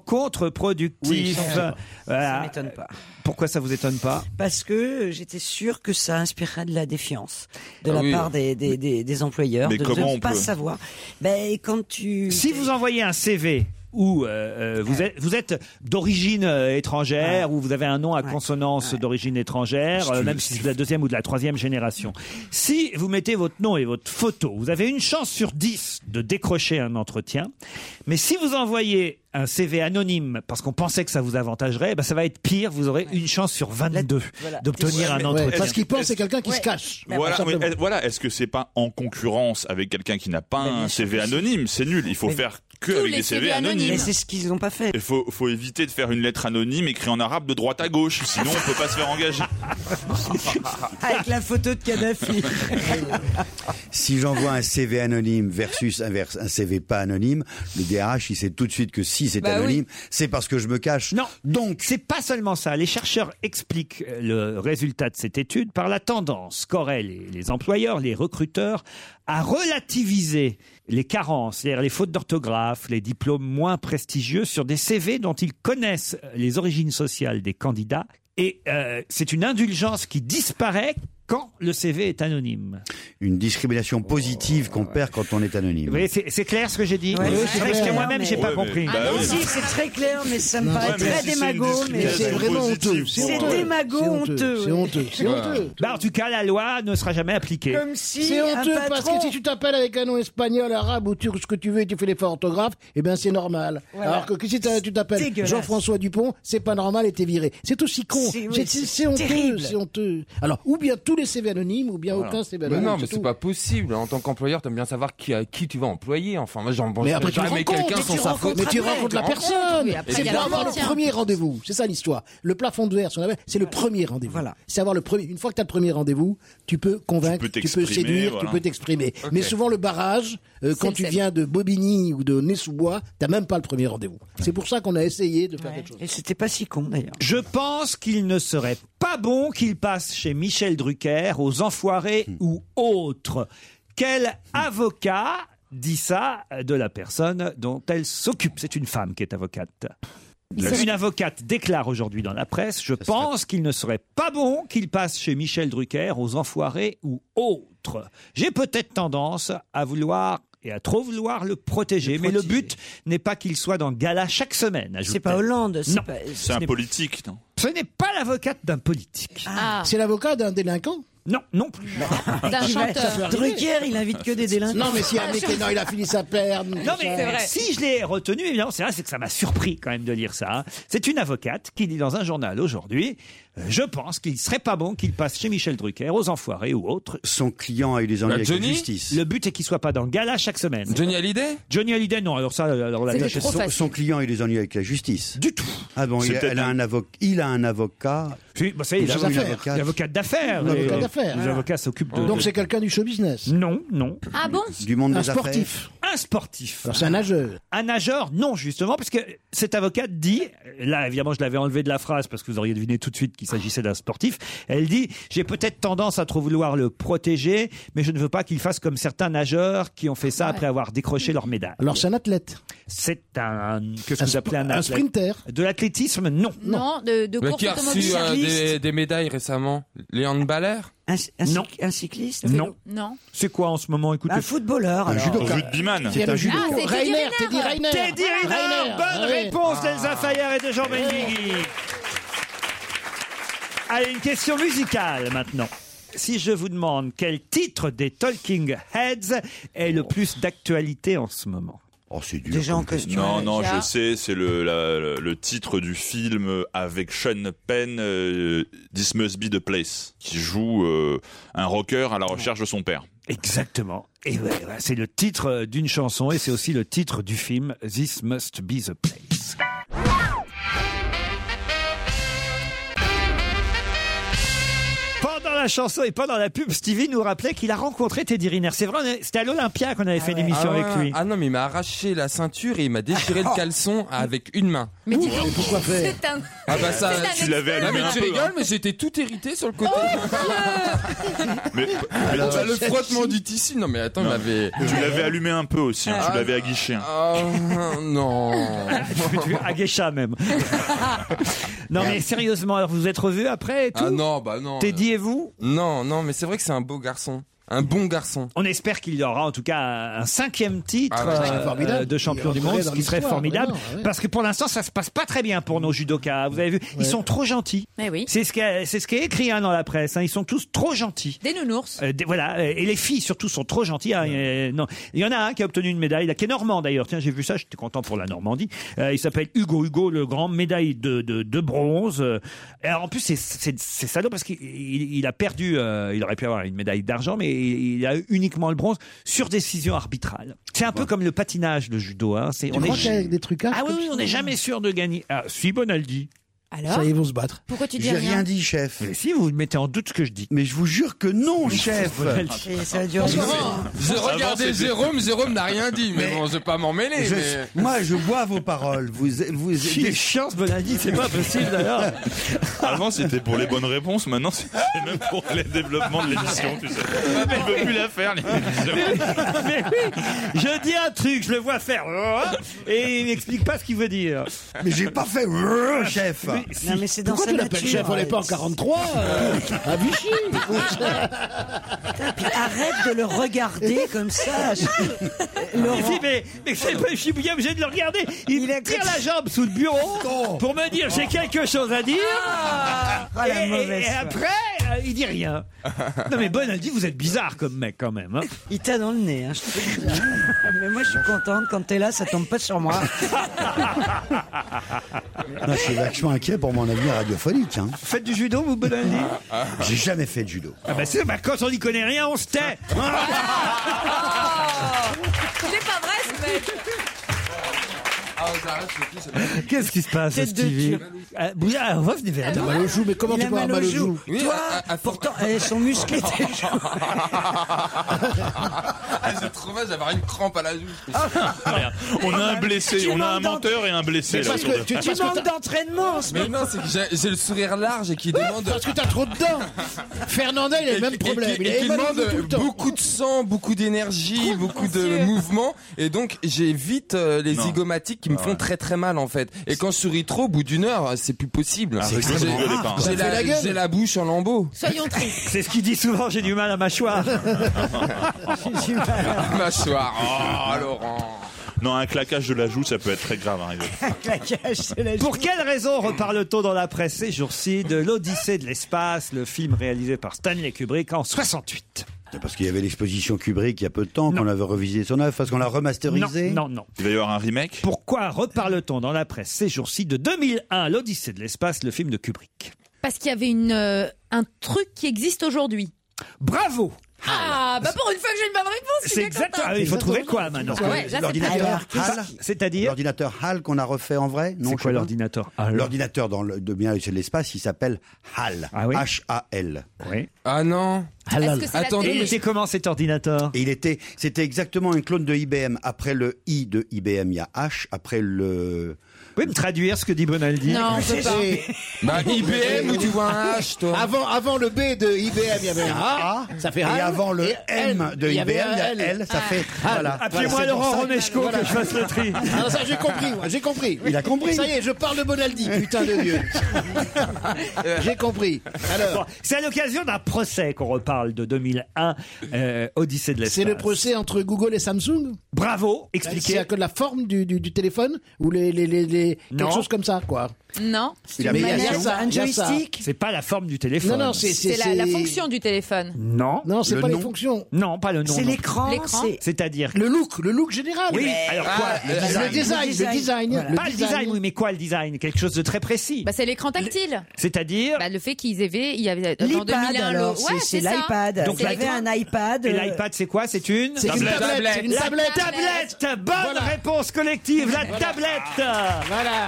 Oui, contre-productif. ça, Voilà. ça m'étonne pas. Pourquoi ça vous étonne pas Parce que j'étais sûre que ça inspirerait de la défiance de Ah la oui. part des, des, des, des employeurs, Mais de comment de on ne pas peut savoir. Ben, quand tu... Si vous envoyez un CV où euh, euh, vous êtes, vous êtes d'origine euh, étrangère, ou vous avez un nom à consonance d'origine étrangère, euh, même si c'est de la deuxième ou de la troisième génération. Si vous mettez votre nom et votre photo, vous avez une chance sur dix de décrocher un entretien. Mais si vous envoyez un CV anonyme parce qu'on pensait que ça vous avantagerait, ben ça va être pire. Vous aurez une chance sur 22 Voilà. d'obtenir un Ouais, entretien. Parce qu'il pense que c'est quelqu'un qui se cache. Voilà, Simplement. mais est- voilà. Est-ce que c'est pas en concurrence avec quelqu'un qui n'a pas un CV anonyme C'est nul. Il faut faire que avec des CV, anonymes. Mais c'est ce qu'ils n'ont pas fait. Il faut, faut éviter de faire une lettre anonyme écrite en arabe de droite à gauche, sinon on peut pas se faire engager. Avec la photo de Kadhafi. Si j'envoie un CV anonyme versus un, vers- un CV pas anonyme, le DRH, il sait tout de suite que si c'est Bah oui. anonyme, c'est parce que je me cache. Non. Donc, c'est pas seulement ça. Les chercheurs expliquent euh, le résultat de cette étude par la tendance qu'auraient les, les employeurs, les recruteurs, à relativiser les carences, c'est-à-dire les fautes d'orthographe, les diplômes moins prestigieux sur des CV dont ils connaissent euh, les origines sociales des candidats. Et euh, c'est une indulgence qui disparaît quand le CV est anonyme. Une discrimination positive qu'on perd quand on est anonyme. Vous voyez, c'est c'est clair ce que j'ai dit Ouais, C'est c'est vrai que clair, moi-même, j'ai mais- pas Ouais, mais- compris. bah Ah oui. Si, c'est très clair, mais ça me paraît très démago. Mais c'est vraiment honteux. C'est euh, démago honteux. C'est honteux. C'est honteux. Bah, en tout cas, la loi ne sera jamais appliquée. Comme si C'est un honteux parce patron- que si tu t'appelles avec un nom espagnol, arabe ou turc, ce que tu veux, et tu fais les fautes orthographes, eh bien c'est normal. Voilà. Alors que, que si t'as- tu t'appelles Dégueulasse. Jean-François Dupont, c'est pas normal et t'es viré. C'est aussi con. C'est- oui, C'est- C'est c'est c'est honteux. terrible. C'est honteux. Alors ou bien tous les CV anonymes ou bien Voilà. aucun CV Mais anonyme. non, mais c'est c'est tout. pas possible. En tant qu'employeur, t'aimes bien savoir qui, à qui tu vas employer. Enfin, moi, j'en Mais après, tu jamais rencontres, quelqu'un mais sans tu sa rencontres- faute. mais tu rencontres la personne. Et Ah après, C'est il y a pour la avoir le rencontre. premier rendez-vous. C'est ça l'histoire. Le plafond de verre, si on appelle, c'est le premier rendez-vous. C'est avoir le premier. Une fois que tu as le premier rendez-vous, tu peux Tu convaincre, tu peux peux, t'exprimer, séduire, voilà. tu peux t'exprimer. Ok. Mais souvent le barrage, euh, C'est quand le tu seul. viens de Bobigny ou de Nez-sous-Bois, t'as même pas le premier rendez-vous. C'est pour ça qu'on a essayé de faire quelque chose. Et c'était pas si con d'ailleurs. Je pense qu'il ne serait pas bon qu'il passe chez Michel Drucker, aux enfoirés ou autres. Quel avocat dit ça de la personne dont elle s'occupe C'est une femme qui est avocate. Une avocate déclare aujourd'hui dans la presse Je pense qu'il ne serait pas bon qu'il passe chez Michel Drucker, aux enfoirés ou autres. J'ai peut-être tendance à vouloir et à trop vouloir le protéger, mais le but n'est pas qu'il soit dans le gala chaque semaine. C'est pas Hollande, c'est pas- C'est un politique, non ce n'est pas l'avocate d'un politique. Ah. C'est l'avocat d'un délinquant Ah, Non, non plus. D'un Qui va- chanteur. Drucker, il invite que des délinquants. Non, mais si un mec est- non, il a fini sa perne. Non mais si je l'ai retenu, évidemment, c'est vrai, c'est que ça m'a surpris quand même de lire ça. hein. C'est une avocate qui dit dans un journal aujourd'hui, euh, je pense qu'il serait pas bon qu'il passe chez Michel Drucker, aux enfoirés ou autres. Son client a eu des ennuis Bah, avec Johnny la justice. Le but est qu'il soit pas dans le gala chaque semaine. Johnny Hallyday Johnny Hallyday, non. Alors ça, alors la tête- son, son client a eu des ennuis avec la justice. Du tout. Ah bon, C'est il a, peut-être elle a un avoc- il a un avocat. Oui, bah, ça y est, Ils il ont a une un avocat- avocate. l'avocat d'affaires. Un Les, avocat d'affaires, les voilà. avocats s'occupent de. Donc de- c'est quelqu'un du show business. Non, non. Ah bon Un sportif. Un sportif. Alors, C'est un nageur. Un nageur, non, justement, parce que cet avocat dit, là, évidemment, je l'avais enlevé de la phrase parce que vous auriez deviné tout de suite qu'il s'agissait d'un sportif. Elle dit, j'ai peut-être tendance à trop vouloir le protéger, mais je ne veux pas qu'il fasse comme certains nageurs qui ont fait ça après avoir décroché leur médaille. Alors c'est un athlète. C'est un, qu'est-ce que Un vous sp- appelez un un athlète sprinter. De l'athlétisme, non. Non, de, de Mais course qui a reçu automobile. euh, des, des médailles récemment Les handballeurs Un, un Non. cyc- un cycliste Non. Non. C'est quoi en ce moment, écoutez? Un footballeur. alors. rugbyman. C'est un judoka. Ah, c'est Teddy Rainer, Riner. Teddy Rainer. Teddy Riner, bonne Ah ouais. réponse d'Elsa Fayer et de Jean Benguigui. Allez, une question musicale maintenant. Si je vous demande quel titre des Talking Heads est le plus d'actualité en ce moment Oh, c'est dur. Déjà en question. Non, non, Déjà. je sais, c'est le, la- le- le titre du film euh, avec Sean Penn, euh, This Must Be the Place, qui joue euh, un rocker à la recherche de son père. Exactement. Et ouais, ouais, c'est le titre euh, d'une chanson et c'est aussi le titre du film This Must Be the Place. Pendant la chanson et pendant la pub, Stevie nous rappelait qu'il a rencontré Teddy Riner. C'est vrai, on est- c'était à l'Olympia qu'on avait fait une émission Ah ouais. avec lui. Ah non, mais il m'a arraché la ceinture et il m'a déchiré le caleçon avec une main. Mais dis donc, pourquoi faire c'est un. Ah bah ça, c'est un tu l'avais expert. allumé un Tu peu, rigoles, hein. mais j'étais tout hérité sur le côté. Mais, Alors, Ah bah, le frottement du tissu. Non mais attends, il m'avait. Tu l'avais allumé un peu aussi, hein, Ah, tu l'avais aguiché. hein. Oh, non. à Ah, Geisha même. non mais sérieusement, alors vous vous êtes revus après et tout Ah non, bah non. Teddy et vous Non, non, mais c'est vrai que c'est un beau garçon. Un bon garçon. On espère qu'il y aura en tout cas un cinquième titre Ah ouais, ce serait euh, formidable. de champion Il du monde, rentrerait ce dans qui serait l'histoire, formidable. vraiment, ouais. Parce que pour l'instant, ça se passe pas très bien pour nos judokas. Vous avez vu, ils sont trop gentils. Eh C'est ce qui est, c'est ce qui est écrit hein, dans la presse. hein. Ils sont tous trop gentils. Des nounours. Euh, des- voilà, euh, et les filles surtout sont trop gentilles. hein, et, euh, non, il y en a un qui a obtenu une médaille, là, qui est normand d'ailleurs. Tiens, j'ai vu ça, j'étais content pour la Normandie. Euh, il s'appelle Hugo Hugo le Grand, médaille de de, de bronze. Euh, et alors, en plus, c'est c'est c'est salaud parce qu'il il, il a perdu. euh, il aurait pu avoir une médaille d'argent, mais il, il a eu uniquement le bronze sur décision arbitrale. C'est un peu comme le patinage de judo. Hein. C'est Tu on est crois qu'il y a des trucs ah oui, oui, on n'est jamais sûr de gagner. Ah, si Bonaldi. Alors Ça, ils vont se battre. Pourquoi tu dis J'ai rien rien dit, chef. Mais si, vous mettez en doute ce que je dis. Mais je vous jure que non, chef. Et ça a duré longtemps. Je regardais c'était- Jérôme, Jérôme n'a rien dit, mais, Mais- bon, je vais pas m'en mêler. Je- mais- Moi, je bois vos paroles. Vous, vous. Qui est chiant, ce Bonaldi, c'est pas possible d'ailleurs. Avant c'était pour les bonnes réponses, maintenant c'est c'est même pour les développements de l'émission, tu sais. On peut plus la faire. les- Mais oui, je dis un truc, je le vois faire euh, et il m'explique pas ce qu'il veut dire. Mais j'ai pas fait chef. Non, mais c'est dans Pourquoi sa tu l'appelles nature. chef On n'est pas en 43 euh, à Vichy Ah, Puis arrête de le regarder comme ça. Il dit, mais, mais c'est pas- je suis bien obligé de le regarder. Il, tire la jambe sous le bureau pour me dire j'ai quelque chose à dire. Ah, la et, mauvaise et foi. après, euh, il dit rien. Non mais Bonaldi, vous êtes bizarre comme mec quand même. hein. Il t'a dans le nez. hein, je te le dis. Mais moi, je suis contente. Quand t'es là, ça tombe pas sur moi. hein. Non, je suis Ah ben, vachement inquiet pour mon avenir radiophonique. Hein. Faites du judo, vous, Bonaldi J'ai jamais fait de judo. Ah bah c'est bah, quand on n'y connaît rien, on se tait. Oh. Il est pas vrai, ce mec. Ah, Qu'est-ce qui se passe, Tête de Stevie Turc. Ah, vous- ah, revenez vers nous. mal aux joues, mais comment Il tu a peux avoir mal aux joues. Oui, Toi, à- à- pourtant, elles sont musclées tes joues. Ah, c'est trop vache d'avoir une crampe à la joue. Ah, Regarde, on a un blessé, Tu on a un manques d'en- menteur et un blessé. là, autour de- Ah, tu manques d'entraînement. ce Mais mec. non, c'est que j'ai- j'ai le sourire large et qui demande. Parce que t'as trop de dents. Fernandel, il a le même problème. Et euh, qui, Il a et qui les mêmes demande tout le temps. beaucoup de sang, beaucoup d'énergie, beaucoup de mouvement. Et donc, j'ai vite euh, les Non. zygomatiques Ah qui me font très très mal en fait. Et quand je souris trop, au bout d'une heure, c'est plus Ah, possible. C'est J'ai- extrêmement grave. J'ai Ça fait la gueule. la, j'ai la bouche en lambeaux. Soyons tristes. C'est ce qu'il dit souvent, j'ai du mal à mâchoire. J'ai du mal à- Mâchoire. Oh, Laurent. Non, un claquage de la joue, ça peut être très grave. hein. Claquage de la joue. Pour quelle raison reparle-t-on dans la presse ces jours-ci de l'Odyssée de l'espace, le film réalisé par Stanley Kubrick en 68 C'est Parce qu'il y avait l'exposition Kubrick il y a peu de temps qu'on avait revisé son œuvre, parce qu'on l'a Non, remasterisé. non, non. Il va y avoir un remake. Pourquoi reparle-t-on dans la presse ces jours-ci de 2001, l'Odyssée de l'espace, le film de Kubrick Parce qu'il y avait une, euh, un truc qui existe aujourd'hui. Bravo Ah, bah pour une fois que j'ai une bonne réponse, je suis C'est bien exact. contente. Ah, il faut trouver quoi maintenant Ah ouais, là, c'est pas L'ordinateur grave. HAL, C'est-à-dire l'ordinateur HAL qu'on a refait en vrai non, C'est je quoi sais pas. l'ordinateur L'ordinateur dans le, de bien de l'espace, il s'appelle HAL. Ah oui H-A-L. Oui. Ah non. Est-ce que c'est la Attendez, Et télé il était comment cet ordinateur Et il était, c'était exactement un clone de IBM. Après le I de IBM, il y a H. Après le, Vous pouvez me traduire ce que dit Bonaldi Non, on peut pas. Et Bah, IBM ou tu vois un H, Ah, toi avant, avant le B de IBM, il y avait un A. Ah, Ça fait et Hal. avant le Et M de il y IBM, il avait y un a L. Ah. Ça fait voilà. Appelez-moi Voilà, c'est Laurent pour ça. Romeshko que je fasse le tri. Ah, ça, j'ai compris, moi, j'ai compris. Il a compris. Ça y est, je parle de Bonaldi, putain de Dieu. Euh, j'ai compris. Bon, Alors, c'est à l'occasion d'un procès qu'on reparle de 2001, euh, Odyssée de l'espace. c'est le procès entre Google et Samsung Bravo, C'est expliquez. à cause de la forme du, du- du téléphone ou les, les, les, les- Non. quelque chose comme ça, quoi. Non, Il a Mais mis- il y a- il y a ça, Un il y a ça. joystick. C'est pas la forme du Non, téléphone. non, c'est c'est la, la fonction du téléphone. Non. Non, c'est Le pas nom. les fonctions. Non, pas le nom. C'est non. l'écran. L'écran. c'est- C'est-à-dire. Le look, le look général. Oui, alors quoi Ah, euh, Le design, Le le design. design. Pas le design, oui, mais quoi le design Quelque chose de très précis. Bah, c'est l'écran tactile. C'est-à-dire. Bah, le fait qu'ils avaient, il y avait euh, en L'iPad 2001 alors, le- c'est- Ouais, c'est ça. l'iPad. Donc, Donc, il la- avait un iPad. et euh, l'iPad, c'est quoi C'est une. C'est une Tablette. tablette, une La tablette. Tablette Bonne réponse collective, la tablette Ah, Voilà.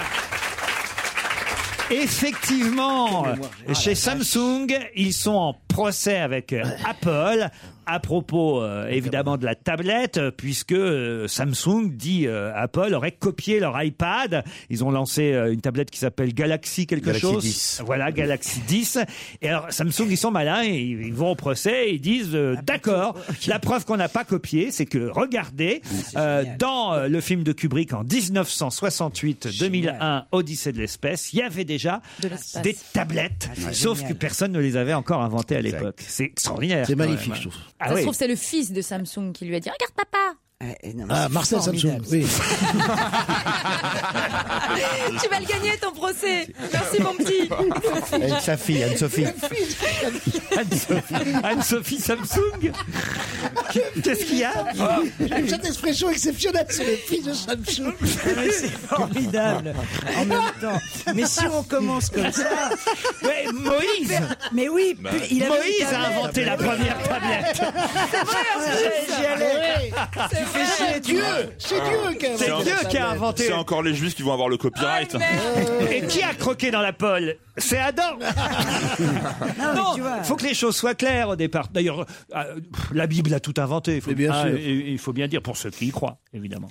Effectivement, chez Samsung, ils sont en procès avec euh, Apple à propos euh, évidemment de la tablette euh, puisque euh, Samsung dit euh, Apple aurait copié leur iPad. Ils ont lancé euh, une tablette qui s'appelle Galaxy quelque Galaxy chose. 10. Voilà Galaxy 10. Et alors Samsung ils sont malins, et ils ils vont au procès et ils disent Ah, euh, bah, d'accord. La preuve qu'on n'a pas copié, c'est que Ah, regardez euh, dans euh, le film de Kubrick en 1968-2001 Odyssée de l'espace, il y avait déjà l'espace. des tablettes, Ah, c'est sauf génial. que personne ne les avait encore inventées à l'époque. C'est extraordinaire. C'est quand même. magnifique, je trouve. Ah ça oui. se trouve, c'est le fils de Samsung qui lui a dit Regarde, papa Eh Ah, Marcel Samsung, oui. Ah. Tu vas le gagner ton procès Merci, mon petit Avec sa fille, hein. Anne-Sophie. Anne-Sophie Anne-Sophie Samsung Qu'est-ce qu'il y a J'aime cette expression exceptionnelle, c'est le fils de Samsung. c'est formidable. En même temps. Mais si on commence comme ça. Ouais, Moïse Mais oui, Bah, pu- il avait Moïse une a tablette. inventé la première tablette. C'est vrai, en plus. J'y allais. Tu fais chier, C'est Dieu, c'est Dieu qui a C'est inventé Ah, Dieu ça. qui a inventé. C'est encore les juifs qui vont avoir le copyright. Et qui a croqué dans la polle C'est Adam Non, faut que les choses soient claires au départ. D'ailleurs, euh, pff, la Bible a tout inventé. il faut- Mais bien Ah, sûr. et- et Il faut bien dire pour ceux qui y croient, évidemment.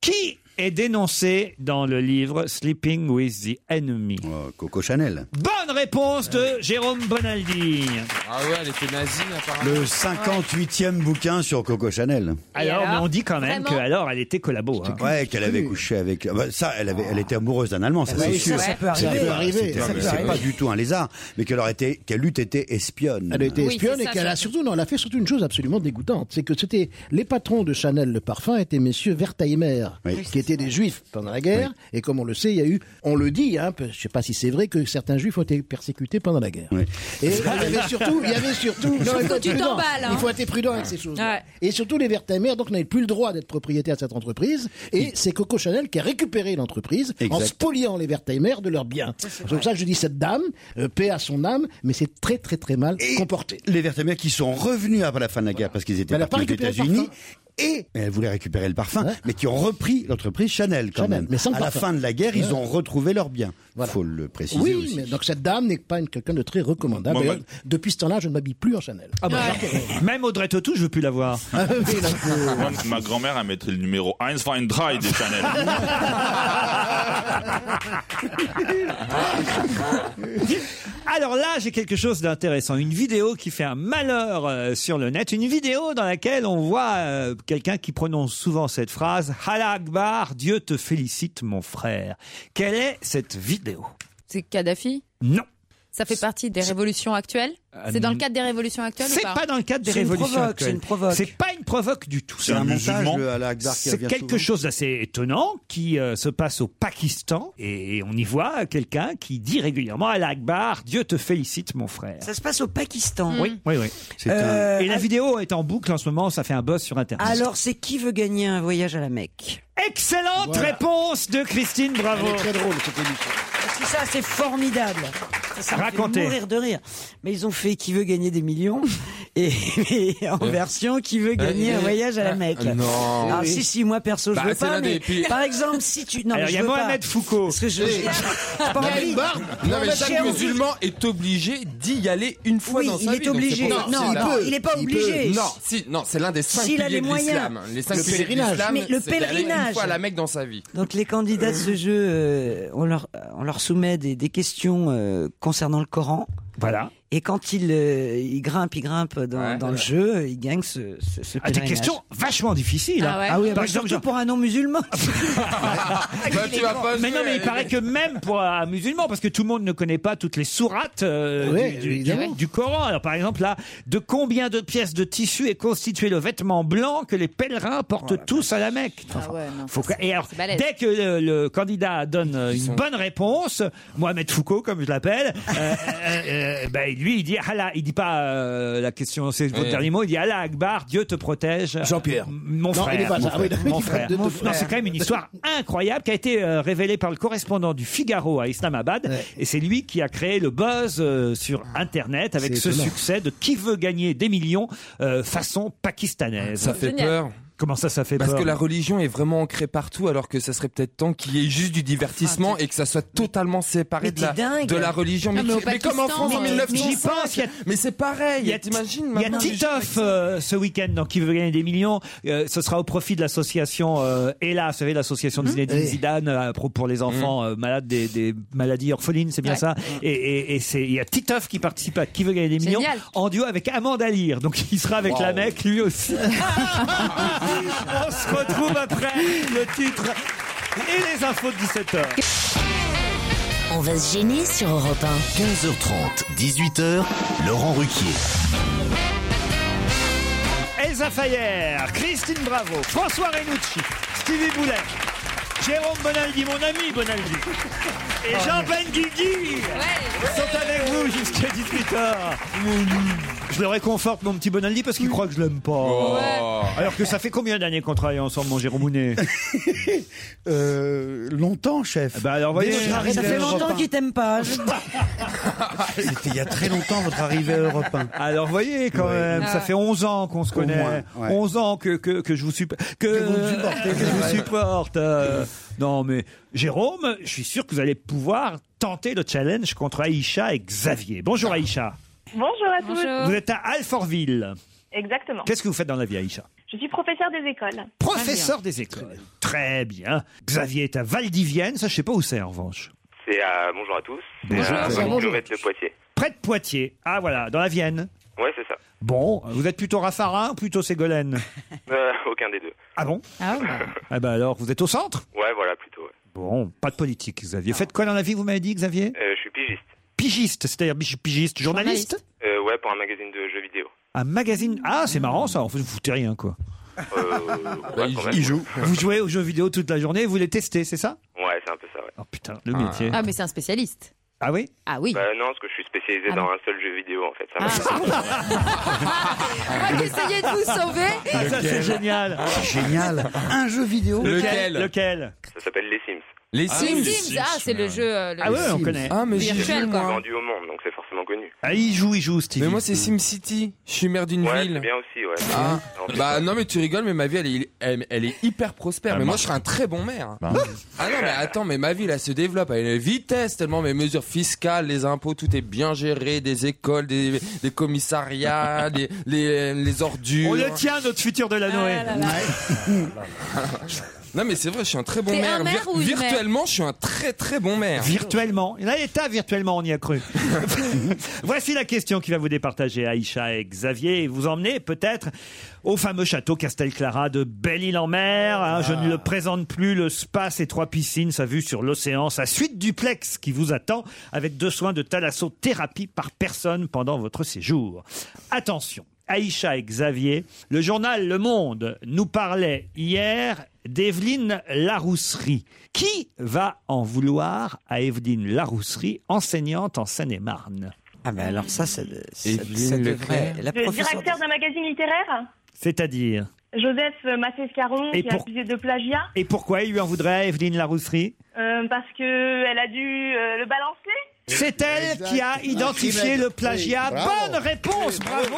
Qui est dénoncé dans le livre Sleeping with the Enemy Oh, Coco Chanel. Bonne réponse de Jérôme Bonaldi. Ah ouais, elle était nazie, apparemment. Le 58e bouquin sur Coco Chanel. Alors, mais on dit quand même que Vraiment alors elle était collabo. hein. Ouais, qu'elle avait couché avec. ah bah, ça, elle, avait, elle était amoureuse d'un Allemand, ça Ah bah c'est oui, sûr. ça, ça peut C'était arriver. pas- c'était- Ça peut arriver. Ça peut C'est pas arriver. du tout un lézard, mais qu'elle aurait été, qu'elle eût été espionne. Elle a été espionne et qu'elle a surtout, non, elle a fait surtout une chose absolument dégoûtante. C'est que c'était les patrons de Chanel le parfum étaient messieurs Wertheimer, qui étaient des juifs pendant la guerre. Et comme on le sait, il y a eu, on le dit, hein, peu- je sais pas si c'est vrai, que certains juifs ont été persécutés pendant la guerre. Et il y avait surtout, il y avait surtout, Sauf il faut que être tu prudent. t'emballes, hein. Il faut être prudent avec ces choses. Et surtout, les Wertheimer, donc, n'avaient plus le droit d'être propriétaires de cette entreprise. Et c'est Coco Chanel qui a récupéré l'entreprise en Exact. spoliant les Wertheimer de leurs biens. C'est pour ça que je dis cette dame, euh, paix à son âme, mais c'est très, très, très mal comporté. Les Vertamers qui sont revenus après la fin de la guerre parce qu'ils étaient Elle a partis pas aux récupéré le États-Unis. Et elle voulait récupérer le parfum, mais qui ont repris l'entreprise Chanel quand Chanel, même. mais sans le à la parfum. fin de la guerre, Ouais. ils ont retrouvé leurs biens. Faut le préciser oui, aussi. mais donc cette dame n'est pas une- quelqu'un de très recommandable. Moi, moi- D'ailleurs, Depuis ce temps-là, je ne m'habille plus en Chanel. Ah bah, Même Audrey Tautou, je veux plus la voir. Ah. Ah, Moi, ma grand-mère, elle mettrait le numéro Heinz Weintraub des Chanel. Alors là, j'ai quelque chose d'intéressant. Une vidéo qui fait un malheur euh, sur le net. Une vidéo dans laquelle on voit euh, quelqu'un qui prononce souvent cette phrase « Allah Akbar, Dieu te félicite mon frère ». Quelle est cette vidéo C'est Kadhafi Non. Ça fait partie des révolutions actuelles Euh, C'est dans le cadre des révolutions actuelles ou C'est pas dans le cadre des révolutions actuelles. C'est pas une provoque du tout. C'est un montage, le Allah Akbar qui euh, C'est revient quelque souvent. chose d'assez étonnant qui euh, se passe au Pakistan et on y voit euh, quelqu'un qui dit régulièrement Allah Akbar, Dieu te félicite mon frère. Ça se passe au Pakistan. Oui, oui, oui. Mm. Euh, Et la vidéo est en boucle en ce moment, ça fait un buzz sur Internet. Alors, c'est qui veut gagner un voyage à la Mecque Excellente réponse de Christine Bravo. Ah, Elle est très drôle, cette émission. Parce que ça, c'est formidable. Ça, ça me fait Racontez. mourir de rire. Mais ils ont fait qui veut gagner des millions et, et en Euh. version qui veut gagner Euh, un voyage à la euh, Mecque. non. Ah, si, si, moi perso, Bah, je veux c'est pas. l'un des Mais pires. Par exemple, si tu. Non, Alors, il y mais je a veux Mohamed pas. Foucault. Parce que je. Oui. j'ai pas Non, envie- mais j'ai chaque envie- musulman est obligé d'y aller une fois Oui, dans sa vie. il est donc c'est obligé. pour ça que Non, c'est non, là. il est pas Il obligé. peut. Non, si, non, c'est l'un des cinq S'il a piliers les de moyens. l'islam. Les cinq Le piliers de pèlerinage. l'islam, Mais le c'est d'aller pèlerinage. Une fois à la Mecque dans sa vie. Donc les candidats de ce jeu, euh, on, leur, on leur soumet des, des questions euh, concernant le Coran. Voilà. Et quand ils, euh, ils grimpent, ils grimpent dans, dans le jeu, ils gagnent ce, ce, ce Ah, des pèlerinage. questions vachement difficiles. hein. Ah, oui, Par bah, exemple, surtout pour un non-musulman. Bah, mais non, mais il paraît que même pour un musulman, parce que tout le monde ne connaît pas toutes les sourates euh, Ouais, du- du, évidemment. du- du Coran. Alors, par exemple, là, de combien de pièces de tissu est constitué le vêtement blanc que les pèlerins Oh, portent tous à la Mecque Ah Enfin, faut que- Et alors, balèze. dès que le, le candidat donne euh, une bonne réponse, Mohamed Foucault, comme je l'appelle, euh, euh, euh, ben, lui, il dit Allah. Il dit pas euh, la question, c'est votre Ouais. dernier mot. Il dit Allah Akbar, Dieu te protège. Jean-Pierre. Mon Non, frère. il est pas mon ça. Ah oui, frère, d'accord, mon il parle frère. de ton Non, frère. c'est quand même une histoire incroyable qui a été euh, révélée par le correspondant du Figaro à Islamabad. Et c'est lui qui a créé le buzz euh, sur Internet avec Ah, C'est ce étonnant. succès de qui veut gagner des millions euh, façon pakistanaise. Ça fait Génial. peur. Comment ça, ça fait Parce peur que la religion est vraiment ancrée partout, alors que ça serait peut-être temps qu'il y ait juste du divertissement Ah, et que ça soit totalement séparé de la, de la religion. Non, mais au tu- comme en Pakistan, France en mais- j'y 1905 pense, il y a- Mais c'est pareil, Il y a, t'imagines il y a maintenant, les gens avec Titoff euh, ce week-end dans Qui veut gagner des millions. Euh, ce sera au profit de l'association euh, ELA, vous savez, l'association de Zinedine Oui. Zidane euh, pour- pour les enfants euh, malades des, des maladies orphelines, c'est bien Ouais. ça. Et, et- et c'est- il y a Titoff qui participe à Qui veut gagner des millions Génial. en duo avec Amanda Lear. Donc il sera avec Wow. la mec lui aussi. On se retrouve après le titre et les infos de 17h. On va se gêner sur Europe 1. 15h30, 18h, Laurent Ruquier. Elsa Fayer, Christine Bravo, François Renucci, Stevie Boulet, Jérôme Bonaldi, mon ami Bonaldi, et Jean Benguigui sont avec vous jusqu'à 18h. Je le réconforte, mon petit Bonaldi, parce qu'il croit que je l'aime pas. Alors que ça fait combien d'années qu'on travaille ensemble, mon Jérôme Mounet Euh, longtemps, chef. Bah alors, voyez, Votre arrivée Ça fait à longtemps Europe qu'ils t'aiment pas. je- un. C'était il y a très longtemps votre arrivée à Europe 1. Alors voyez quand Ouais. même, ça Ah. fait 11 ans qu'on se Au connaît, moins, ouais. 11 ans que, que, que je vous, supp- que, vous me supportez. que je vous supporte. euh. non mais Jérôme, je suis sûr que vous allez pouvoir tenter le challenge contre Aïcha et Xavier. Bonjour Aïcha, Bonjour à tous. vous êtes à Alfortville. Exactement. Qu'est-ce que vous faites dans la vie Aïcha Je suis professeur des écoles. Professeur des écoles. Très bien. Xavier est à Valdivienne, ça je sais pas où c'est en revanche. C'est à bonjour à tous. euh, Bonjour. à Bonjour. 20 kilomètres de Poitiers. Près de Poitiers. Ah voilà, dans la Vienne. Ouais, c'est ça. Bon, vous êtes plutôt Raffarin ou plutôt Ségolène Euh, aucun des deux. Ah bon Ah ben alors, vous êtes au centre Ouais, voilà, plutôt. ouais. Bon, pas de politique, Xavier. Faites quoi dans la vie, vous m'avez dit, Xavier Euh, je suis pigiste. Pigiste, c'est-à-dire bi- pigiste, journaliste Euh, ouais, pour un magazine de jeux vidéo. Un magazine. Ah, c'est marrant ça, en fait, vous foutez rien, quoi. Ah, ouais, quand même. Vous jouez aux jeux vidéo toute la journée, vous les testez, c'est ça Ouais, c'est un peu ça, ouais. Oh putain, le métier. Ah, mais c'est un spécialiste. Ah oui Ah oui. Bah non, parce que je suis spécialisé Ah dans bon. un seul jeu vidéo, en fait. Ça Ah, J'essayais de vous sauver. Ah, ça, c'est génial. Génial. Un jeu vidéo. Lequel Lequel Ça s'appelle Les Sims. Les Les Sims, ah, c'est le jeu. euh, le- Ah ouais, on connaît. Ah, mais j'y Virtuel, joue, quoi. moi. Vendu au monde, donc c'est forcément connu. Ah, il joue, il joue, Stevie. Mais moi, c'est SimCity. Je suis maire d'une Ouais, ville. c'est bien aussi, ouais. Ah. En fait, Bah non mais tu rigoles mais ma vie elle est, elle, elle est hyper prospère Elle Ah, mais moi marche. je serais un très bon maire. Bah. Ah non mais attends mais ma ville elle se développe à une vitesse tellement mes mesures fiscales, les impôts, tout est bien géré, des écoles, des, des commissariats, des, les, les ordures. On le tient, notre futur de la Ah, Ah, Noé. Non mais c'est vrai je suis un très bon T'es maire. un maire ou une maire virtuellement je suis un très très bon maire. Virtuellement. Il y en a des tas virtuellement, on y a cru. Voici la question qui va vous départager, Aïcha et Xavier, et vous emmener peut-être au fameux château Castelclara de Belle-Île-en-Mer. hein. je ne le présente plus, le spa, ses trois piscines, sa vue sur l'océan, sa suite duplex qui vous attend avec deux soins de thalassothérapie par personne pendant votre séjour. Attention. Aïcha et Xavier, le journal Le Monde nous parlait hier d'Evelyne Larousserie. Qui va en vouloir à Evelyne Larousserie, enseignante en Seine-et-Marne Ah ben alors ça, ça, ça, Evelyne ça devrait... Leclerc. La Le professeure... directeur d'un magazine littéraire, C'est-à-dire Joseph Massescaron, Et qui est pour- accusé de plagiat, Et pourquoi il lui en voudrait à Evelyne Larousserie euh, parce qu'elle a dû euh, le balancer. C'est elle Exact. qui a identifié Archimède. le plagiat. Oui, bravo. Bonne réponse, bravo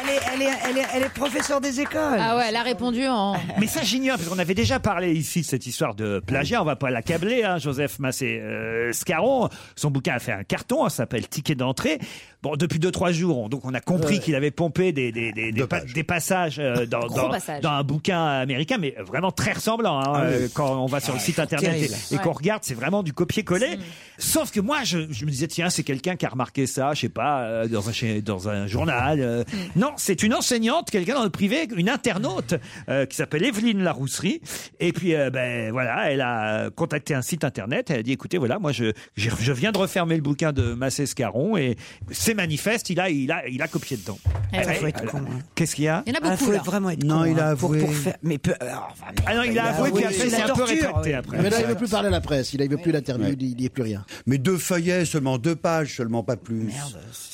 Elle, est, elle, est, elle, est, elle est professeure des écoles. Ah ouais, elle a répondu en. Mais ça, j'ignore, parce qu'on avait déjà parlé ici de cette histoire de plagiat. On va pas l'accabler, hein, Joseph Massé euh, Scarron. Son bouquin a fait un carton, hein, ça s'appelle Ticket d'entrée. Bon, depuis deux, trois jours, on, donc on a compris qu'il avait pompé des, des, des, des, pa- des passages euh, dans, Gros dans- passages. dans un bouquin américain, mais vraiment très ressemblant. hein, Ah oui. euh, Quand on va sur le site internet terrible. et, et qu'on Ouais. regarde, c'est vraiment du copier-coller. Sauf que moi, je, je me disais, tiens, c'est quelqu'un qui a remarqué ça, je sais pas, euh, dans, un, chez- dans un journal. euh. Mm. Non, c'est une enseignante, quelqu'un dans le privé, une internaute euh, qui s'appelle Evelyne Larousserie. Et puis, euh, ben voilà, elle a contacté un site internet. Elle a dit, écoutez, voilà, moi, je, je, je viens de refermer le bouquin de Massé Scaron et c'est manifeste, il a, il a, il a copié dedans. ben, Eh ouais. Faut être con, hein. Qu'est-ce qu'il y a Ah, faut être vraiment être con, hein, pour- Pour, faire... Mais peu... alors, enfin, merde, Ah non, il a avoué, puis après, c'est c'est la un peu torture, rétracté ouais. après. Mais là, il ne veut plus parler à la presse, il ne veut plus d'interview, il n'y a plus rien. Mais deux feuillets seulement, deux pages seulement, pas plus.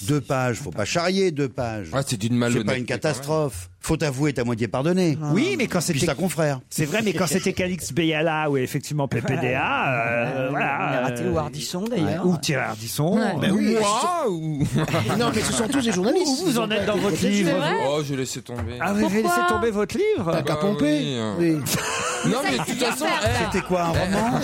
deux pages, faut pas charrier deux pages. Ah, c'est d'une mal c'est pas une catastrophe. Faut avouer, t'as moitié pardonné. Ah. Oui, mais quand Puis c'était ta confrère. C'est vrai, mais quand c'était Calix Beyala ou effectivement PPDA, euh, Ouais. voilà. On a raté euh, Hardisson, d'ailleurs. ouais, Ou Thierry Hardisson. Ouais. Ben oui, Moi ou... Non, mais ce sont tous des journalistes. Vous, vous en êtes dans votre livre. vous. Oh, je laissé tomber. Ah, vous avez laissé tomber votre livre T'as qu'à Bah pomper. oui, hein. Non, mais de toute façon, eh, C'était quoi, un roman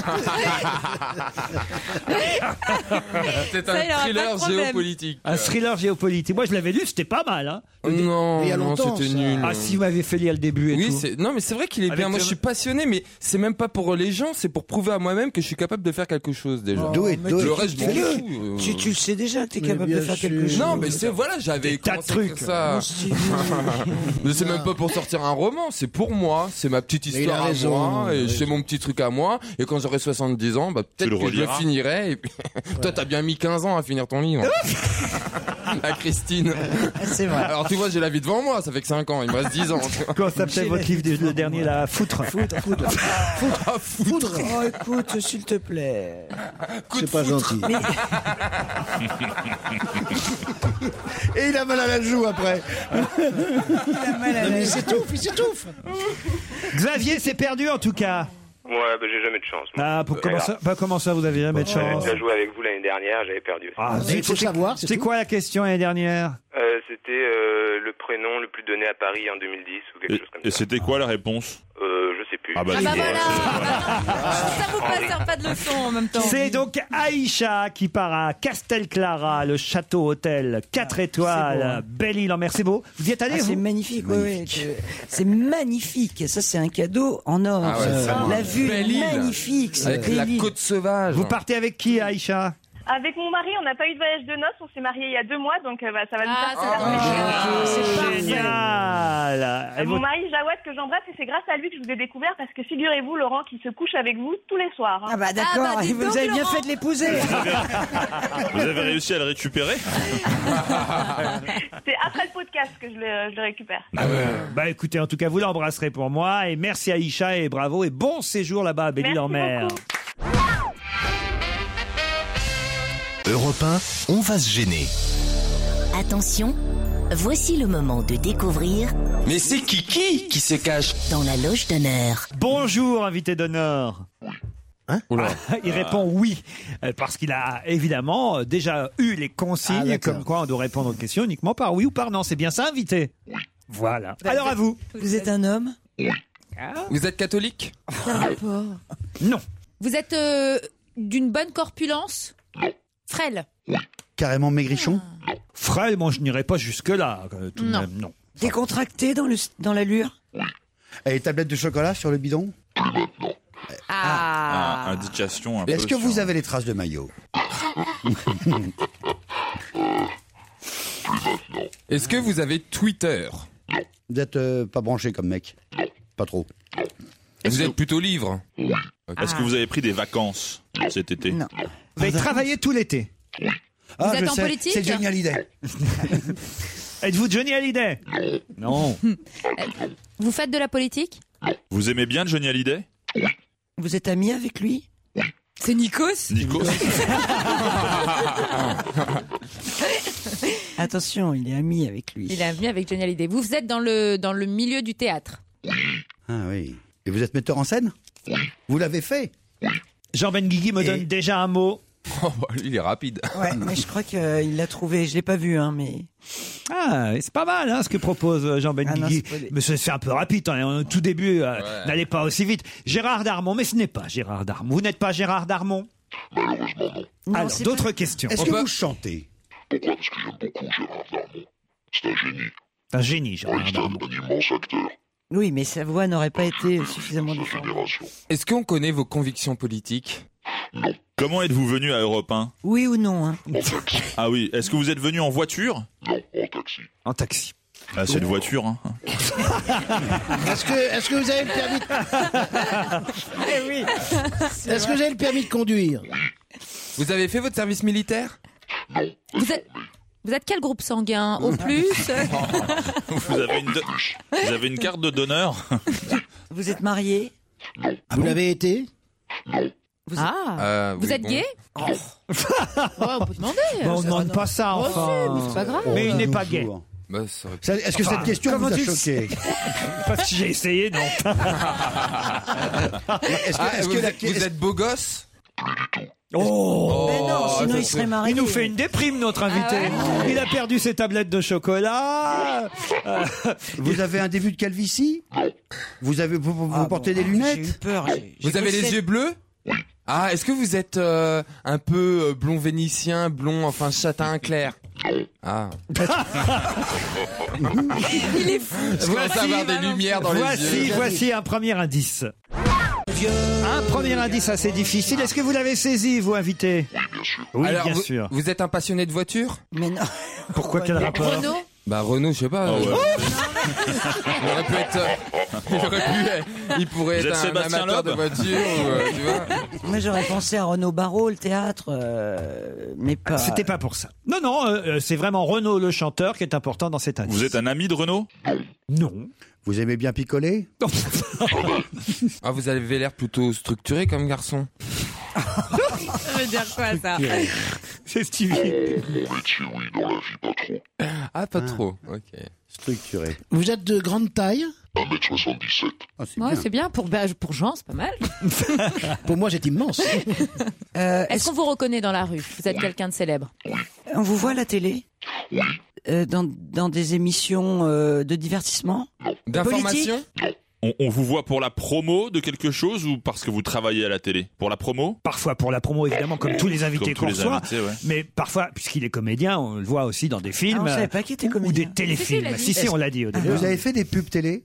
C'est Ah. Ça, il aura un pas de thriller problème. géopolitique. Un thriller géopolitique. Moi, je l'avais lu, c'était pas mal. Hein. Euh, Non, non, c'était nul. Ah, si vous m'avez fait lire le début et Oui, tout. c'est- non, mais c'est vrai qu'il est Avec bien. Moi, le- je suis passionné, mais c'est même pas pour les gens, c'est pour prouver à moi-même que je suis capable de faire quelque chose déjà. Oh, Doué, mais doué. Le reste, je m'en Fais-le. fous, euh. Tu- tu le sais déjà que t'es Mais capable de bien faire quelque sûr. chose. Non, mais c'est voilà, j'avais tas commencé de à trucs. faire ça. Mon style. mais c'est même pas pour sortir un roman, c'est pour moi, c'est ma petite Mais il a histoire à raison, moi, il a et raison. c'est mon petit truc à moi. Et quand j'aurai 70 ans, bah Tu peut-être le que je le reliras. finirai. Et puis, toi, t'as bien mis 15 ans à finir ton livre. à Christine. C'est vrai. Alors tu vois, j'ai la vie devant moi, ça fait que 5 ans, il me reste 10 ans. Comment s'appelait votre livre, de- le dernier, là Foutre. Foutre, foutre. Foutre, foutre. Oh, écoute, s'il te Euh, plaît. C'est pas gentil. Et il a mal à la joue après. Non, mais il s'étouffe, il s'étouffe. Xavier s'est perdu, en tout cas. Moi, bah, j'ai jamais de chance. moi. Ah, pour Euh, comment voilà. ça, bah, comment ça, vous avez jamais de J'avais chance déjà joué avec vous l'année dernière, j'avais perdu aussi. Ah, zut, c'était- C'est quoi la question l'année dernière Euh, C'était euh, le prénom le plus donné à Paris en 2010 ou quelque Et, chose comme et c'était quoi la réponse ça. Euh, je sais plus. Ah bah, Ah c'est- bah voilà Ça vous passe pas de leçon en même temps. C'est donc Aïcha qui part à Castelclara, le château hôtel 4 étoiles, hein. belle île en mer. C'est beau. Vous y êtes allé Ah, vous c'est magnifique, ouais, ouais, je- c'est magnifique. Et ça, c'est un cadeau en or. Ah ouais, Euh, vraiment. la vue est Belle île. magnifique. cette Avec la belle île. côte sauvage. Vous partez avec qui, Aïcha Avec mon mari, on n'a pas eu de voyage de noces, on s'est mariés il y a deux mois, donc euh, bah, ça va nous Ah, faire plaisir. Ah, Ah, Euh, Génial Et Mon votre- mari Jawad que j'embrasse et c'est grâce à lui que je vous ai découvert parce que figurez-vous Laurent qui se couche avec vous tous les soirs. Ah bah d'accord, Ah bah, dis vous donc, avez bien Laurent. fait de l'épouser. Vous avez réussi à le récupérer C'est après le podcast que je le, je le récupère. Bah écoutez, en tout cas, vous l'embrasserez pour moi. Et merci Aïcha et bravo et bon séjour là-bas à belle île en mer Europe 1, on va se gêner. Attention, voici le moment de découvrir Mais c'est Kiki qui se cache dans la loge d'honneur. Bonjour, invité d'honneur. Hein Ah, il répond oui, euh, parce qu'il a évidemment euh, déjà eu les Ah, consignes comme quoi on doit répondre aux questions uniquement par oui ou par non. C'est bien ça, invité Voilà. Alors à vous. Vous êtes un homme Ah. Ah. Vous êtes catholique Quel rapport Non. Vous êtes euh, d'une bonne corpulence Frêle Carrément maigrichon Frêle, moi je n'irai pas jusque-là. euh, Tout Non. De même, non. Décontracté dans, le, dans l'allure Et les tablettes de chocolat sur le bidon Ah, Indication un peu. Est-ce que sur- vous avez les traces de maillot Est-ce que vous avez Twitter Vous êtes euh, pas branché comme mec Pas trop. Vous êtes plutôt livre Est-ce que vous avez pris des vacances cet été Non. Vous avez travaillé tout l'été Ah, êtes je en sais, politique C'est Johnny Hallyday. Êtes-vous Johnny Hallyday Non. Vous faites de la politique Vous aimez bien Johnny Hallyday Vous êtes ami avec lui C'est Nikos Nico Attention, il est ami avec lui. Il est venu avec Johnny Hallyday. Vous, vous êtes dans le, dans le milieu du théâtre. Ah oui. Et vous êtes metteur en scène Vous l'avez fait Jean Benguigui me donne déjà un mot. Oh, bah, lui, il est rapide. Ouais, mais je crois qu'il l'a trouvé. Je l'ai pas vu, hein, mais. Ah, et c'est pas mal hein, ce que propose euh, Jean Ah non, Benguigui. c'est pas des- mais c'est c'est un peu rapide, hein, on est au tout début, euh, Ouais. n'allez pas aussi vite. Gérard Darmon, mais ce n'est pas Gérard Darmon. Vous n'êtes pas Gérard Darmon Non, Alors, c'est d'autres questions. Est-ce On que peut- vous chantez Pourquoi Parce que j'aime beaucoup Gérard Darmon. C'est un génie. Un génie, Oui, Gérard c'est un, Darmon. un immense acteur. Oui, mais sa voix n'aurait pas été suffisamment différente. Génération. Est-ce qu'on connaît vos convictions politiques Comment êtes-vous venu à Europe 1 Oui ou non hein En taxi. Ah oui, est-ce que vous êtes venu en voiture Non, en taxi. En taxi. Ah, c'est une voiture, hein. Est-ce que, est-ce que vous avez le permis de... Eh Est-ce que vous avez le permis de conduire Vous avez fait votre service militaire Vous êtes, vous êtes quel groupe sanguin Ah, Au plus Bah, Vous avez une, do- vous avez une carte de donneur Vous êtes marié Vous l'avez été vous êtes... Ah Euh, Vous oui, êtes bon. gay Oh. Ouais, On peut demander Bon, on ne demande pas ça, Oh, si, enfin. mais c'est pas grave. Mais il Oh, n'est nous pas gay. joue, hein. Bah, ça aurait pu- Ça- Est-ce que Enfin, cette question comment vous a tu le choqué Parce que j'ai essayé, non. Est-ce que- est-ce Ah, vous, que la- êtes, vous êtes beau gosse Oh Mais non, sinon, il serait marié. Il nous fait une déprime, notre invité. Il a perdu ses tablettes de chocolat. Euh, Vous avez un début de calvitie Vous avez vous, vous- Ah Ah vous portez des lunettes Vous avez les yeux bleus Ah, est-ce que vous êtes euh, un peu euh, blond vénitien, blond, enfin châtain clair Ah. Il est fou. Vous commencez à avoir des lumières dans les voici, yeux. Voici un premier indice. Un premier indice assez difficile. Est-ce que vous l'avez saisi, vous, invité Oui, Alors, bien vous, sûr. Vous êtes un passionné de voiture Mais non. Pourquoi quel rapport Renaud Bah Renault, je sais pas. Ah ouais. euh, Il aurait pu être. euh, Il aurait pu. euh, Il pourrait Vous êtes être un Sébastien amateur de Loeb voiture. ou, euh, tu vois. Moi, j'aurais pensé à Renaud Barrault, le théâtre, euh, mais pas. C'était pas pour ça. Non, non, euh, euh, c'est vraiment Renaud, le chanteur, qui est important dans cet indice. Vous êtes un ami de Renault Non. Vous aimez bien picoler Ah, vous avez l'air plutôt structuré comme garçon. Ça veut dire quoi ça Ah. C'est Stevie. Mon métier, oui, dans la vie, pas trop. Ah, pas trop. Ok. Structuré. Vous êtes de grande taille Ah, 1m77. Ah, Ouais, c'est bien pour bah, pour Jean, c'est pas mal. Pour moi, c'est immense. Euh, Est-ce Euh, qu'on vous reconnaît dans la rue Vous êtes quelqu'un de célèbre. On vous voit à la télé Euh, dans, dans des émissions euh, de divertissement D'information on, on vous voit pour la promo de quelque chose ou parce que vous travaillez à la télé Pour la promo Parfois pour la promo, évidemment, comme tous les Comme invités tous qu'on les reçoit. invités, ouais. Mais parfois, puisqu'il est comédien, on le voit aussi dans des films. Ah, on savait euh, pas qu'il était ou- Ou comédien. des téléfilms. Si, si, il l'a dit. Ah, Si, si, on l'a dit au début. Vous avez fait des pubs télé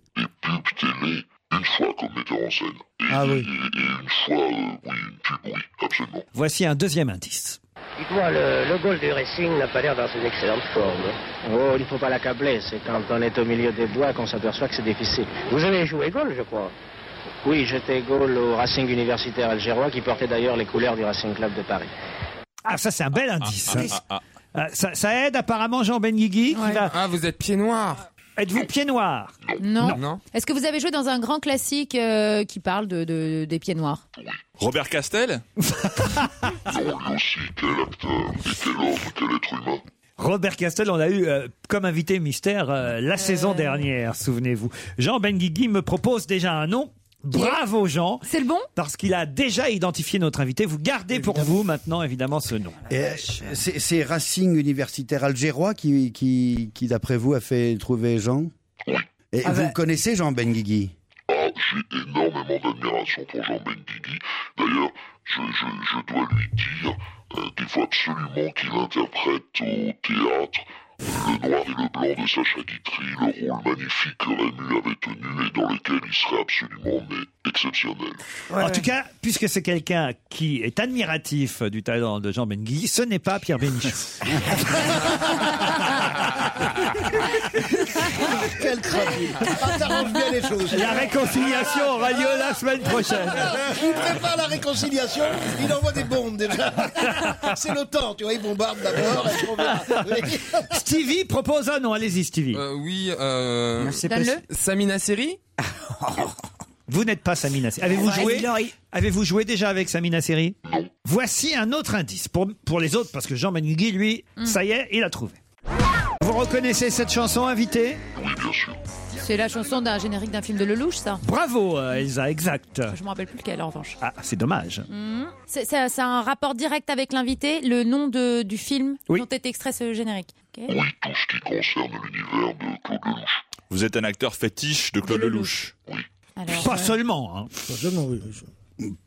Télé, une fois comme metteur en scène. Ah Et oui. une fois, euh, oui, une pub, oui, absolument. Voici un deuxième indice. Dites-moi, le, le goal du Racing n'a pas l'air dans une excellente forme. Oh, il ne faut pas l'accabler. C'est quand on est au milieu des doigts qu'on s'aperçoit que c'est difficile. Vous avez joué goal, je crois. Oui, j'étais goal au Racing universitaire algérois qui portait d'ailleurs les couleurs du Racing Club de Paris. Ah, ça, c'est un bel indice. ah, ah, ah, Ah, ça, ça aide apparemment Jean Benguigui qui va. Ah, vous êtes pied noir. Êtes-vous pied noir Non. Non. Non. Est-ce que vous avez joué dans un grand classique euh, qui parle de, de- des pieds noirs Robert Castel Non, lui aussi, quel acteur, et quel homme, quel être humain. Robert Castel, on l'a eu euh, comme invité mystère euh, la saison dernière, souvenez-vous. Jean Benguigui me propose déjà un nom. Bravo Jean C'est le bon Parce qu'il a déjà identifié notre invité. Vous gardez pour vous maintenant, évidemment, ce nom. Et, euh, C'est c'est Racing universitaire algérois qui, qui, qui d'après vous, a fait trouver Jean Et Ah vous bah- le connaissez Jean Benguigui Ah, j'ai énormément d'admiration pour Jean Benguigui. D'ailleurs, je, je, je dois lui dire euh, qu'il faut absolument qu'il interprète au théâtre euh, le noir et le blanc de Sacha Guitry, le rôle magnifique que Rému avait tenu et dans lequel il serait absolument mais, exceptionnel. en tout cas, puisque c'est quelqu'un qui est admiratif du talent de Jean Benguigui, ce n'est pas Pierre Bénichou. Quel crapule. Ah, t'arranges bien les choses. La réconciliation aura lieu la semaine prochaine. Il prépare la réconciliation, il envoie des bombes déjà. C'est l'OTAN, tu vois, il bombarde d'abord. et puis on verra. Ah Oui. Stevie propose un nom. Allez-y, Stevie. Euh, oui, euh. C'est pas- Donne-le. Samina Seri Vous n'êtes pas Samina Seri. Avez-vous Ouais, joué il aurait- Avez-vous joué déjà avec Samina Seri Voici un autre indice pour, pour les autres, parce que Jean Benguigui, lui, ça y est, il a trouvé. Vous reconnaissez cette chanson, invité C'est la chanson d'un générique d'un film de Lelouch, ça Bravo, euh, Elsa, exact. Je me rappelle plus lequel, en revanche. Ah, c'est dommage. Hmm. C'est ça, ça a un rapport direct avec l'invité, le nom de, du film dont est extrait ce générique. Ok. Oui, tout ce qui concerne l'univers de Claude Lelouch. Vous êtes un acteur fétiche de Claude Lelouch. Alors, Pas seulement. hein.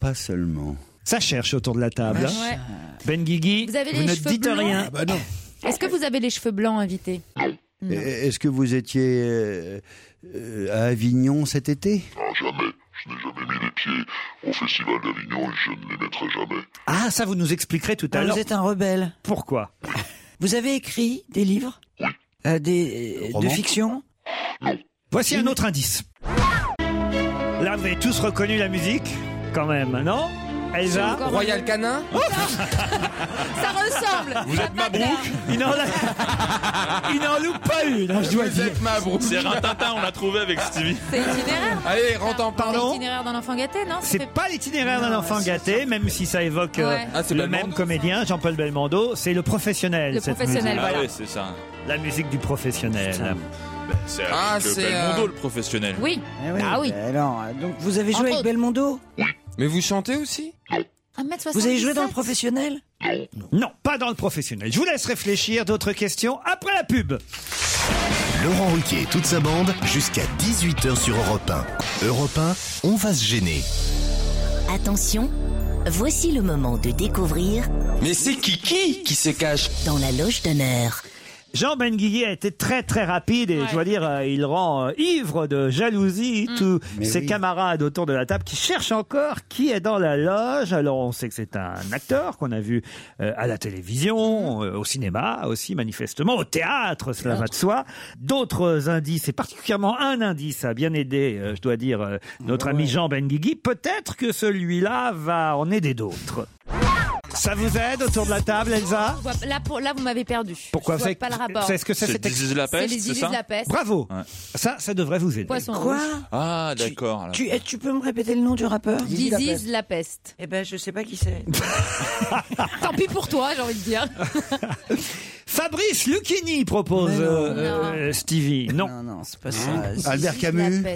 Pas seulement. Ça cherche autour de la table. Ah Ouais. hein. Ben Guigui, Vous avez les ne cheveux dites blonds rien. Ah bah Est-ce que vous avez les cheveux blancs, invité Et- Est-ce que vous étiez euh, euh, à Avignon cet été Ah, jamais. Je n'ai jamais mis les pieds au Festival d'Avignon et je ne les mettrai jamais. Ah, ça, vous nous expliquerez tout à Ah, l'heure. Vous êtes un rebelle. Pourquoi Vous avez écrit des livres Euh, des, De Roman fiction Voici un autre indice. Là, vous avez tous reconnu la musique, quand même, non Elsa Royal Canin Ça ressemble. Vous êtes Mabrouk Il n'en loupe pas une, Ah, je dois Vous êtes Mabrouk C'est Rintintin, on l'a trouvé avec Stevie. C'est itinéraire. Allez, rentre en C'est L'itinéraire Ah, d'un enfant gâté, non C'est pas l'itinéraire d'un enfant gâté, même si ça évoque euh, Ouais. Ah, c'est le Belmondo, même comédien, Jean-Paul Belmondo. C'est le professionnel. Le cette professionnel, musique. Ah voilà. oui, c'est ça. Ben, La musique du professionnel. C'est avec Ah, le c'est, Belmondo, euh, le professionnel. Oui. Eh Ah oui. Alors, euh, donc vous avez joué avec Belmondo Mais vous chantez aussi Vous avez joué dans le professionnel Non, pas dans le professionnel. Je vous laisse réfléchir. D'autres questions après la pub. Laurent Ruquier et toute sa bande jusqu'à 18h sur Europe 1. Europe 1, on va se gêner. Attention, voici le moment de découvrir Mais c'est Kiki qui se cache dans la loge d'honneur. Jean Benguigui a été très très rapide et je dois dire, euh, il rend euh, ivre de jalousie tous Mais ses oui. camarades autour de la table qui cherchent encore qui est dans la loge. Alors on sait que c'est un acteur qu'on a vu euh, à la télévision, euh, au cinéma aussi manifestement, au théâtre, cela va de soi. D'autres indices, et particulièrement un indice a bien aidé, euh, je dois dire, euh, notre ami Jean Benguigui. Peut-être que celui-là va en aider d'autres. Ça vous aide autour de la table, Elsa Je vois- Là, pour, là, vous m'm'avez perdu. pourquoi je vois c'est pas le rapport C'est ce que c'est C'est cette This is la peste, C'est les c'est This is ça la peste. Bravo. Ça, ça devrait vous aider. Poisson Quoi rouge. Ah, Oh d'accord. alors. tu, eh, tu peux me répéter le nom du rappeur Disease la peste. Eh ben, je sais pas qui c'est. Tant pis pour toi, j'ai envie de dire. Fabrice Lucchini propose euh, euh, Stevie. Non. Non, non, c'est pas ça. Albert Zizi Camus. la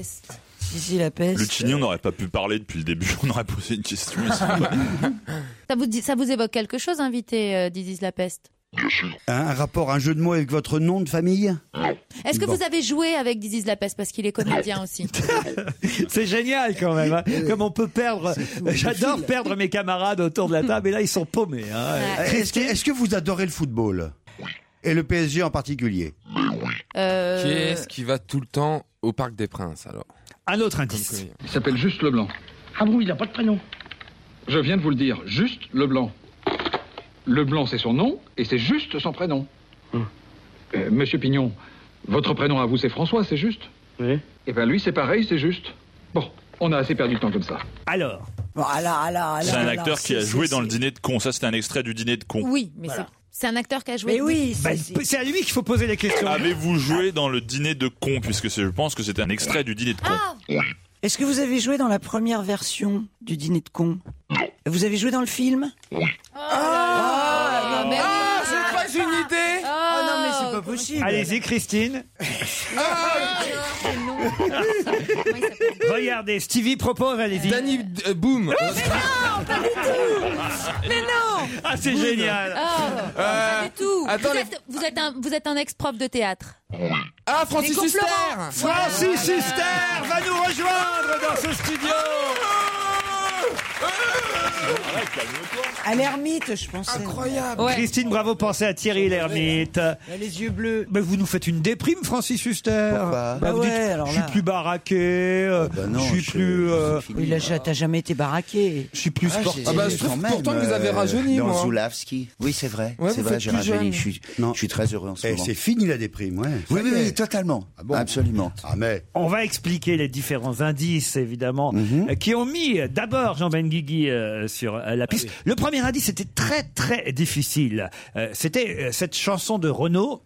Zizi la peste. Lucchini, on n'aurait pas pu parler depuis le début. On aurait posé une question. Ah, ils sont pas- Ça vous, dit- ça vous évoque quelque chose, invité euh, Disease la peste Un, un rapport, un jeu de mots avec votre nom de famille Est-ce que Bon. vous avez joué avec Disease la peste parce qu'il est comédien aussi C'est génial quand même. hein. Comme on peut perdre. J'adore perdre mes camarades autour de la table et là ils sont paumés. hein. Est-ce que, est-ce que vous adorez le football Et le PSG en particulier Euh, Qui est-ce qui va tout le temps au Parc des Princes alors Un autre indice. Il s'appelle Juste Leblanc. Ah bon, il n'a pas de prénom. Je viens de vous le dire, Juste Leblanc. Leblanc, c'est son nom, et c'est juste son prénom. Euh, Monsieur Pignon, votre prénom à vous, c'est François, c'est juste Oui. Eh bien, lui, c'est pareil, c'est juste. Bon, on a assez perdu de temps comme ça. Alors Bon, alors, alors, alors. C'est un alors, acteur qui a c'est- joué c'est- dans le dîner de con. Ça, c'était un extrait du dîner de con. Oui, mais c'est- c'est un acteur qui a joué. Mais oui, Bah, c'est à lui qu'il faut poser les questions. Avez-vous joué dans le dîner de con Puisque c'est- je pense que c'est un extrait du dîner de con. Ah, Est-ce que vous avez joué dans la première version du dîner de con Vous avez joué dans le film Ah, mais Ah, c'est pas une idée Oh, Ah non, mais c'est pas possible. Allez-y, Christine. Ah Ah, Regardez, Stevie propose, allez-y. Danny euh, Boom. Mais non Ah, c'est génial. Ah, Euh, pas du tout. attends, vous, les- êtes, vous êtes un, vous êtes un ex-prof de théâtre. Ah, Les Francis gonflants. Huster Francis Huster va nous rejoindre dans ce studio. À l'ermite, je pensais. Incroyable Christine, bravo, pensez à Thierry Lhermitte. Bah, Les yeux bleus. Mais vous nous faites une déprime, Francis Huster. Pourquoi Bah, vous Bah dites, ouais, alors je suis là. plus baraqué, euh, je suis plus. euh, Oui, là, j'ai- t'as jamais été baraqué. Je suis plus sportif. Ah bah, je trouve quand pourtant que vous avez euh, rajeuni, dans moi. Zoula. Oulavski. Oui, c'est vrai. Ouais, c'est vous vrai, faites j'ai plus rajeuni. jeune. Je suis, je suis très heureux en ce Et moment. Eh, c'est fini la déprime, ouais. Oui, Ça oui, y est. oui, totalement. bon Absolument. Ah mais. On va expliquer les différents indices, évidemment, euh, qui ont mis euh, d'abord Jean Benguigui euh, sur euh, Ah la piste. Le premier indice était très, très difficile. Euh, C'était euh, cette chanson de Renaud.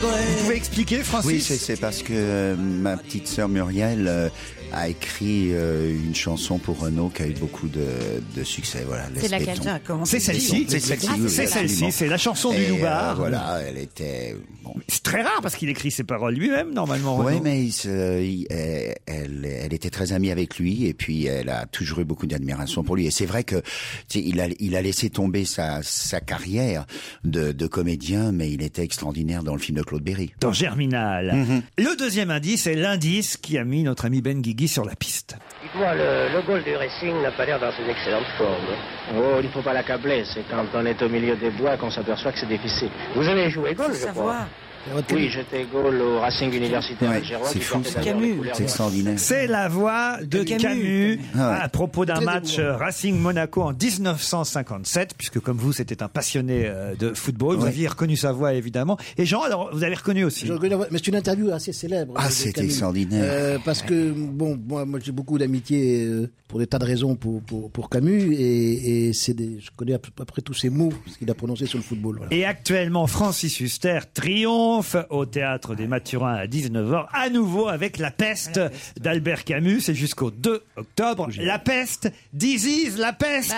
Vous pouvez expliquer, Francis Oui, c'est- c'est parce que euh, ma petite sœur Muriel euh, a écrit euh, une chanson pour Renaud qui a eu beaucoup de, de succès. Voilà, laisse laquelle béton. Tiens, comment C'est celle-ci. C'est celle-ci. Ah, oui, c'est celle-ci, absolument. c'est la chanson du Et, euh, Loubard. voilà, elle était. Bon. C'est très rare parce qu'il écrit ses paroles lui-même, normalement. Oui, Renaud. mais il se- il- elle, elle- elle était très amie avec lui et puis elle a toujours eu beaucoup d'admiration pour lui. Et c'est vrai que tu sais, il a, il a laissé tomber sa, sa carrière de, de comédien, mais il était extraordinaire dans le film de Claude Berry. Mhm. Dans Germinal. Mhm. Le deuxième indice est l'indice qui a mis notre ami Ben Guigui sur la piste. Dites-moi, le, le goal du Racing n'a pas l'air dans une excellente forme. Oh, il ne faut pas l'accabler. C'est quand on est au milieu des bois qu'on s'aperçoit que c'est difficile. Vous avez joué goal, je crois. Oui, j'étais Gaulle au Racing Universitaire Ouais, Algérois. c'est qui fou, portait ça. d'abord les Camus. couleurs C'est Mhm. extraordinaire. C'est la voix de Camus, à propos d'un Très match émouvant. euh, Racing-Monaco en 1957, puisque comme vous, c'était un passionné euh, de football. Vous Ouais. aviez reconnu sa voix, évidemment. Et Jean, alors, vous avez reconnu aussi. Je reconnais- Mais c'est une interview assez célèbre. euh, Ah, de c'était Camus. extraordinaire. Euh, parce que, bon, moi, moi, j'ai beaucoup d'amitié euh, pour des tas de raisons pour, pour, pour Camus et, et c'est des, je connais à peu près tous ses mots, ce qu'il a prononcé sur le football. voilà. Et actuellement, Francis Huster triomphe au théâtre des Mathurins à 19h, à nouveau avec La Peste d'Albert Camus. C'est jusqu'au 2 octobre. La Peste, Disease, La Peste.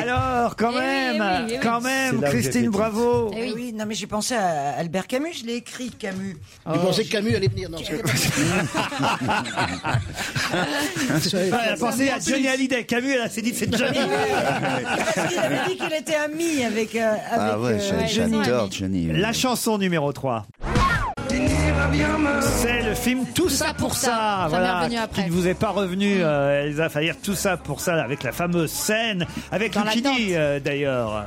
Alors, quand Bah Eh oui, même, eh oui, eh oui. quand C'est là où j'ai même, fait Christine Bravo. Eh oui. non mais j'ai pensé à Albert Camus, je l'ai écrit Camus. Je pensais que Camus allait venir. Non, c'était pas Ah, elle a pensé à Johnny Hallyday. Camus, elle a- s'est dit, c'est Johnny. Parce qu'il avait dit qu'il était ami avec, euh, avec Ah ouais, euh, j'a- j'adore Johnny. ouais. La chanson numéro 3. C'est le film Tout, ça, pour ça, m'est voilà, revenu après. qui ne vous est pas revenu, euh, Elsa Fayer. Tout ça pour ça, avec la fameuse scène, avec Dans la Lucchini euh, d'ailleurs.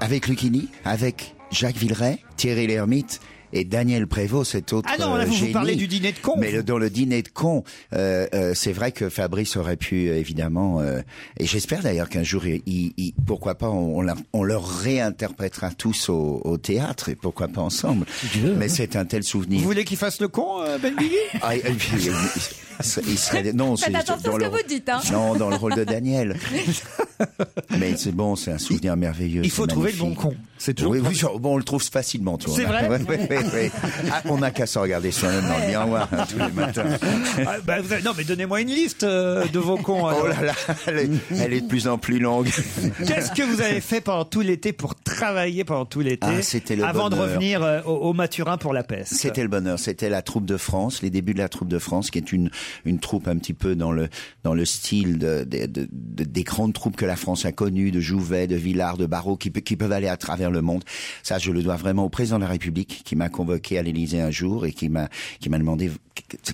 Avec Lucchini, avec Jacques Villeray, Thierry Lhermitte et Daniel Prévost, cet autre Ah non, là, euh, vous- vous génie. parlez du dîner de cons. Mais le- dans le dîner de cons, euh, euh, c'est vrai que Fabrice aurait pu, euh, évidemment, euh, et j'espère d'ailleurs qu'un jour, il, il- il- pourquoi pas, on, on la- on leur réinterprétera tous au, au théâtre, et pourquoi pas ensemble. Mais c'est un tel souvenir. hein. Vous voulez qu'il fasse le con, euh, Ben Guigui Ah, et- et puis, euh, il- il serait non, Faites c'est attention à ce dans que le vous dites, hein. non dans le rôle de Daniel. Mais c'est bon, c'est un souvenir merveilleux. il faut c'est trouver le magnifique. bon con. C'est toujours Oui, le oui, genre, bon, on le trouve facilement, toi. C'est vrai Ouais, ouais, ouais, ouais. Ah, on n'a qu'à se regarder soi-même dans le miroir hein, tous les matins. Ah, bah, vous avez- non, mais donnez-moi une liste euh, de vos cons. alors. Oh là là, elle est, elle est de plus en plus longue. Qu'est-ce que vous avez fait pendant tout l'été pour travailler pendant tout l'été Ah, c'était le avant de bonheur. revenir euh, au, au Maturin pour la peste C'était le bonheur. C'était la troupe de France, les débuts de la troupe de France, qui est une une troupe un petit peu dans le dans le style de, de- de- de- des grandes troupes que la France a connues, de Jouvet, de Villard, de Barrault, qui, pe- qui peuvent aller à travers le monde. Ça, je le dois vraiment au président de la République, qui m'a convoqué à l'Élysée un jour et qui m'a qui m'a demandé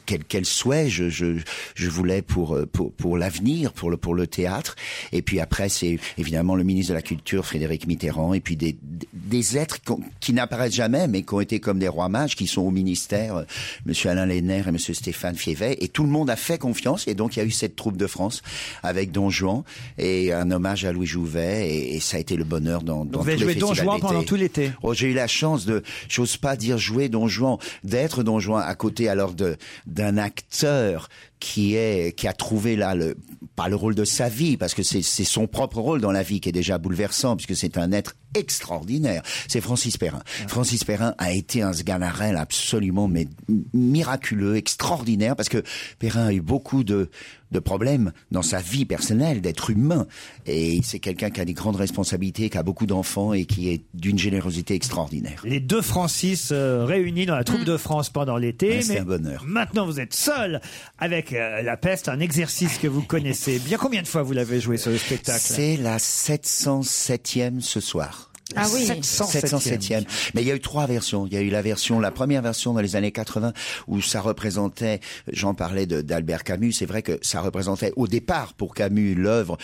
quel, quel souhait je, je, je voulais pour, euh, pour, pour l'avenir, pour le, pour le théâtre. Et puis après, c'est évidemment le ministre de la Culture, Frédéric Mitterrand, et puis des, des- des êtres qu'on- qui n'apparaissent jamais, mais qui ont été comme des rois mages, qui sont au ministère, euh, Monsieur Alain Léner et Monsieur Stéphane Fievet. Et tout le monde a fait confiance, et donc il y a eu cette troupe de France avec Don Juan, et un hommage à Louis Jouvet, et, et ça a été le bonheur dans, dans vous avez tous les joué Don festivals Juan d'été. pendant tout l'été. Oh, j'ai eu la chance de, j'ose pas dire jouer Don Juan, d'être Don Juan à côté alors de d'un acteur qui est qui a trouvé là le pas le rôle de sa vie parce que c'est c'est son propre rôle dans la vie qui est déjà bouleversant puisque c'est un être extraordinaire. C'est Francis Perrin. Francis Perrin a été un sganarelle absolument mais miraculeux, extraordinaire parce que Perrin a eu beaucoup de de problèmes dans sa vie personnelle, d'être humain. Et c'est quelqu'un qui a des grandes responsabilités, qui a beaucoup d'enfants et qui est d'une générosité extraordinaire. Les deux Francis euh, réunis dans la troupe de France pendant l'été. Ouais, c'est un bonheur. Maintenant, vous êtes seul avec euh, la peste, un exercice que vous connaissez bien. Combien de fois vous l'avez joué sur le spectacle C'est la 707e ce soir. Ah oui. 707e. 707e. Mais il y a eu trois versions. Il y a eu la version, la première version dans les années 80 où ça représentait, j'en parlais de- d'Albert Camus, c'est vrai que ça représentait au départ pour Camus l'œuvre,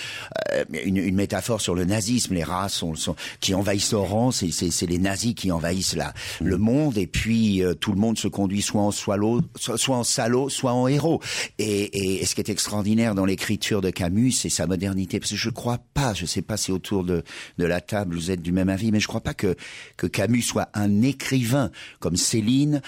euh, une, une métaphore sur le nazisme, les races sont, sont- qui envahissent l'Oran, c'est- c'est c'est les nazis qui envahissent la, le monde et puis euh, tout le monde se conduit soit en swallow, soit, soit en salaud, soit en héros. Et, et- et ce qui est extraordinaire dans l'écriture de Camus, c'est sa modernité. Parce que je crois pas, je sais pas si autour de, de la table vous êtes du même avis, mais je crois pas que, que Camus soit un écrivain comme Céline,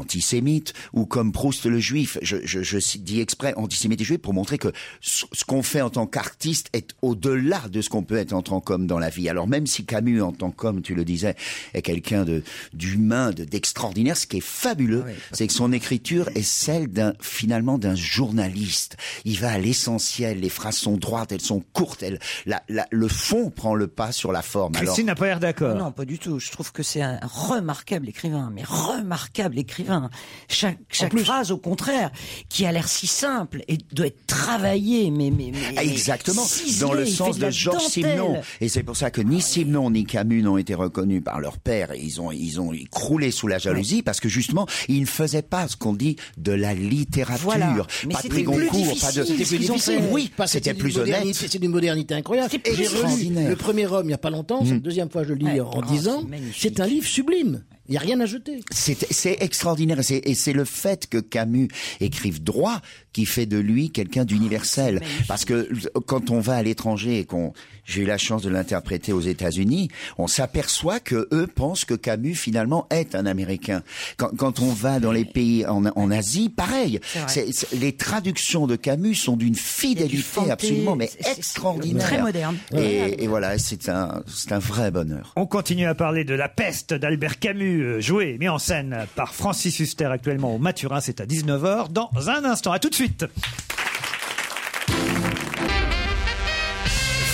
l'antisémite, ou comme Proust le juif. Je, je, je dis exprès antisémite et juif pour montrer que ce ce qu'on fait en tant qu'artiste est au-delà de ce qu'on peut être en tant qu'homme dans la vie. Alors même si Camus, en tant qu'homme, tu le disais, est quelqu'un de d'humain, de d'extraordinaire, ce qui est fabuleux, c'est que son écriture est celle d'un finalement d'un journaliste. Il va à l'essentiel. Les phrases sont droites, elles sont courtes. Elles, la, la- le fond prend le pas sur la forme. Alors- Christine n'a pas l'air d'accord. Non, pas du tout. Je trouve que c'est un remarquable écrivain, mais remarquable écrivain. Chaque, chaque phrase, au contraire, qui a l'air si simple et doit être travaillée, mais mais, mais- Ah, Exactement, mais ciselée, dans le il fait sens de, la Georges dentelle. Simenon. Et c'est pour ça que ni Simenon ni Camus n'ont été reconnus par leur père. Ils ont, ils ont croulé sous la jalousie parce que justement, ils ne faisaient pas ce qu'on dit de la littérature. Voilà. Mais Pas de c'était prix plus Goncourt, pas de. difficile, C'était ce plus qu'ils ont difficile, fait. oui. Parce que C'était c'est plus d'une honnête. modernité- C'est d'une modernité incroyable. C'est J'ai relu extraordinaire. Le premier homme il n'y a pas longtemps, c'est la deuxième fois que je le lis Hum. Ouais. en Oh, dix ans. c'est magnifique. C'est un livre sublime. Il n'y a rien à jeter. C'est c'est extraordinaire et c'est- et c'est le fait que Camus écrive droit qui fait de lui quelqu'un Ah, d'universel. Parce que euh, quand on va à l'étranger et qu'on j'ai eu la chance de l'interpréter aux États-Unis, on s'aperçoit que eux pensent que Camus finalement est un Américain. Quand, quand on va dans les pays en, en Asie, pareil. C'est vrai. C'est- c'est- les traductions de Camus sont d'une fidélité absolument mais c'est- c'est- extraordinaire. très moderne. Et, et voilà, c'est un c'est un vrai bonheur. On continue à parler de La Peste d'Albert Camus, euh, joué et mis en scène par Francis Huster actuellement au Maturin. C'est à 19h dans un instant. À tout de suite.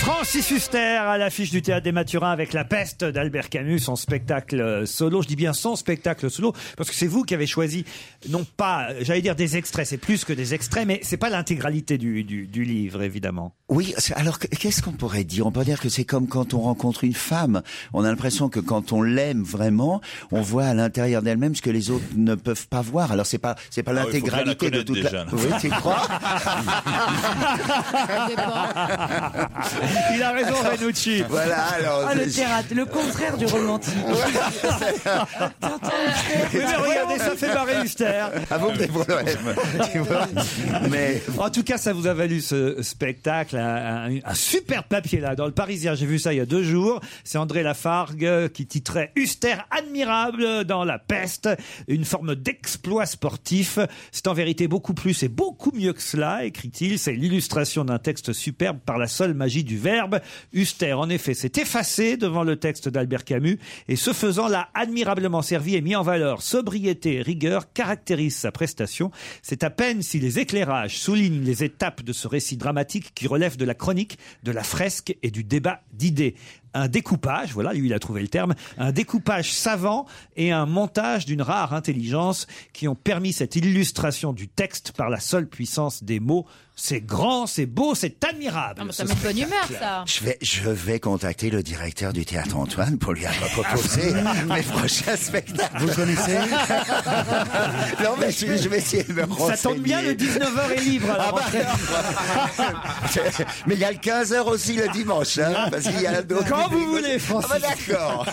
Francis Huster à l'affiche du théâtre des Mathurins avec La Peste d'Albert Camus, son spectacle euh, solo. Je dis bien son spectacle solo parce que c'est vous qui avez choisi, non pas, euh, j'allais dire des extraits, c'est plus que des extraits, mais c'est pas l'intégralité du, du- du livre évidemment. Oui, c'est- alors que- qu'est-ce qu'on pourrait dire On peut dire que c'est comme quand on rencontre une femme. On a l'impression que quand on l'aime vraiment, on voit à l'intérieur d'elle-même ce que les autres ne peuvent pas voir. Alors c'est pas c'est pas Ah oui, faut bien la l'intégralité de connaître toute déjà, la. là. Oui, tu crois Ah, Il a raison, Renucci. Voilà, alors. Ah, le théâtre, le contraire du romantisme. Oui, mais regardez, ça fait marrer Huster. Ah bon, des problèmes. tu vois Mais En tout cas, ça vous a valu ce spectacle, un, un- un super papier là. Dans le Parisien, j'ai vu ça il y a deux jours. C'est André Lafargue qui titrait Huster admirable dans la peste, une forme d'exploit sportif. C'est en vérité beaucoup plus et beaucoup mieux que cela, écrit-il. C'est l'illustration d'un texte superbe par la seule magie du verbe. Huster, en effet, s'est effacé devant le texte d'Albert Camus et ce faisant l'a admirablement servi et mis en valeur. Sobriété et rigueur caractérisent sa prestation. C'est à peine si les éclairages soulignent les étapes de ce récit dramatique qui relève de la chronique, de la fresque et du débat d'idées. Un découpage, voilà, lui il a trouvé le terme, un découpage savant et un montage d'une rare intelligence qui ont permis cette illustration du texte par la seule puissance des mots. C'est grand, c'est beau, c'est admirable. Non, Ah, mais ça met de bonne humeur, ça. Je vais, je vais contacter le directeur du théâtre Antoine pour lui proposer mes prochains spectacles. Vous connaissez Non, mais je, vais- je vais essayer de me renseigner. tombe bien, le 19h est libre, à la Ah bah, mais il y a le 15h aussi le dimanche. Hein, parce qu'il y a d'autres- Quand vous voulez, Ah bah d'accord.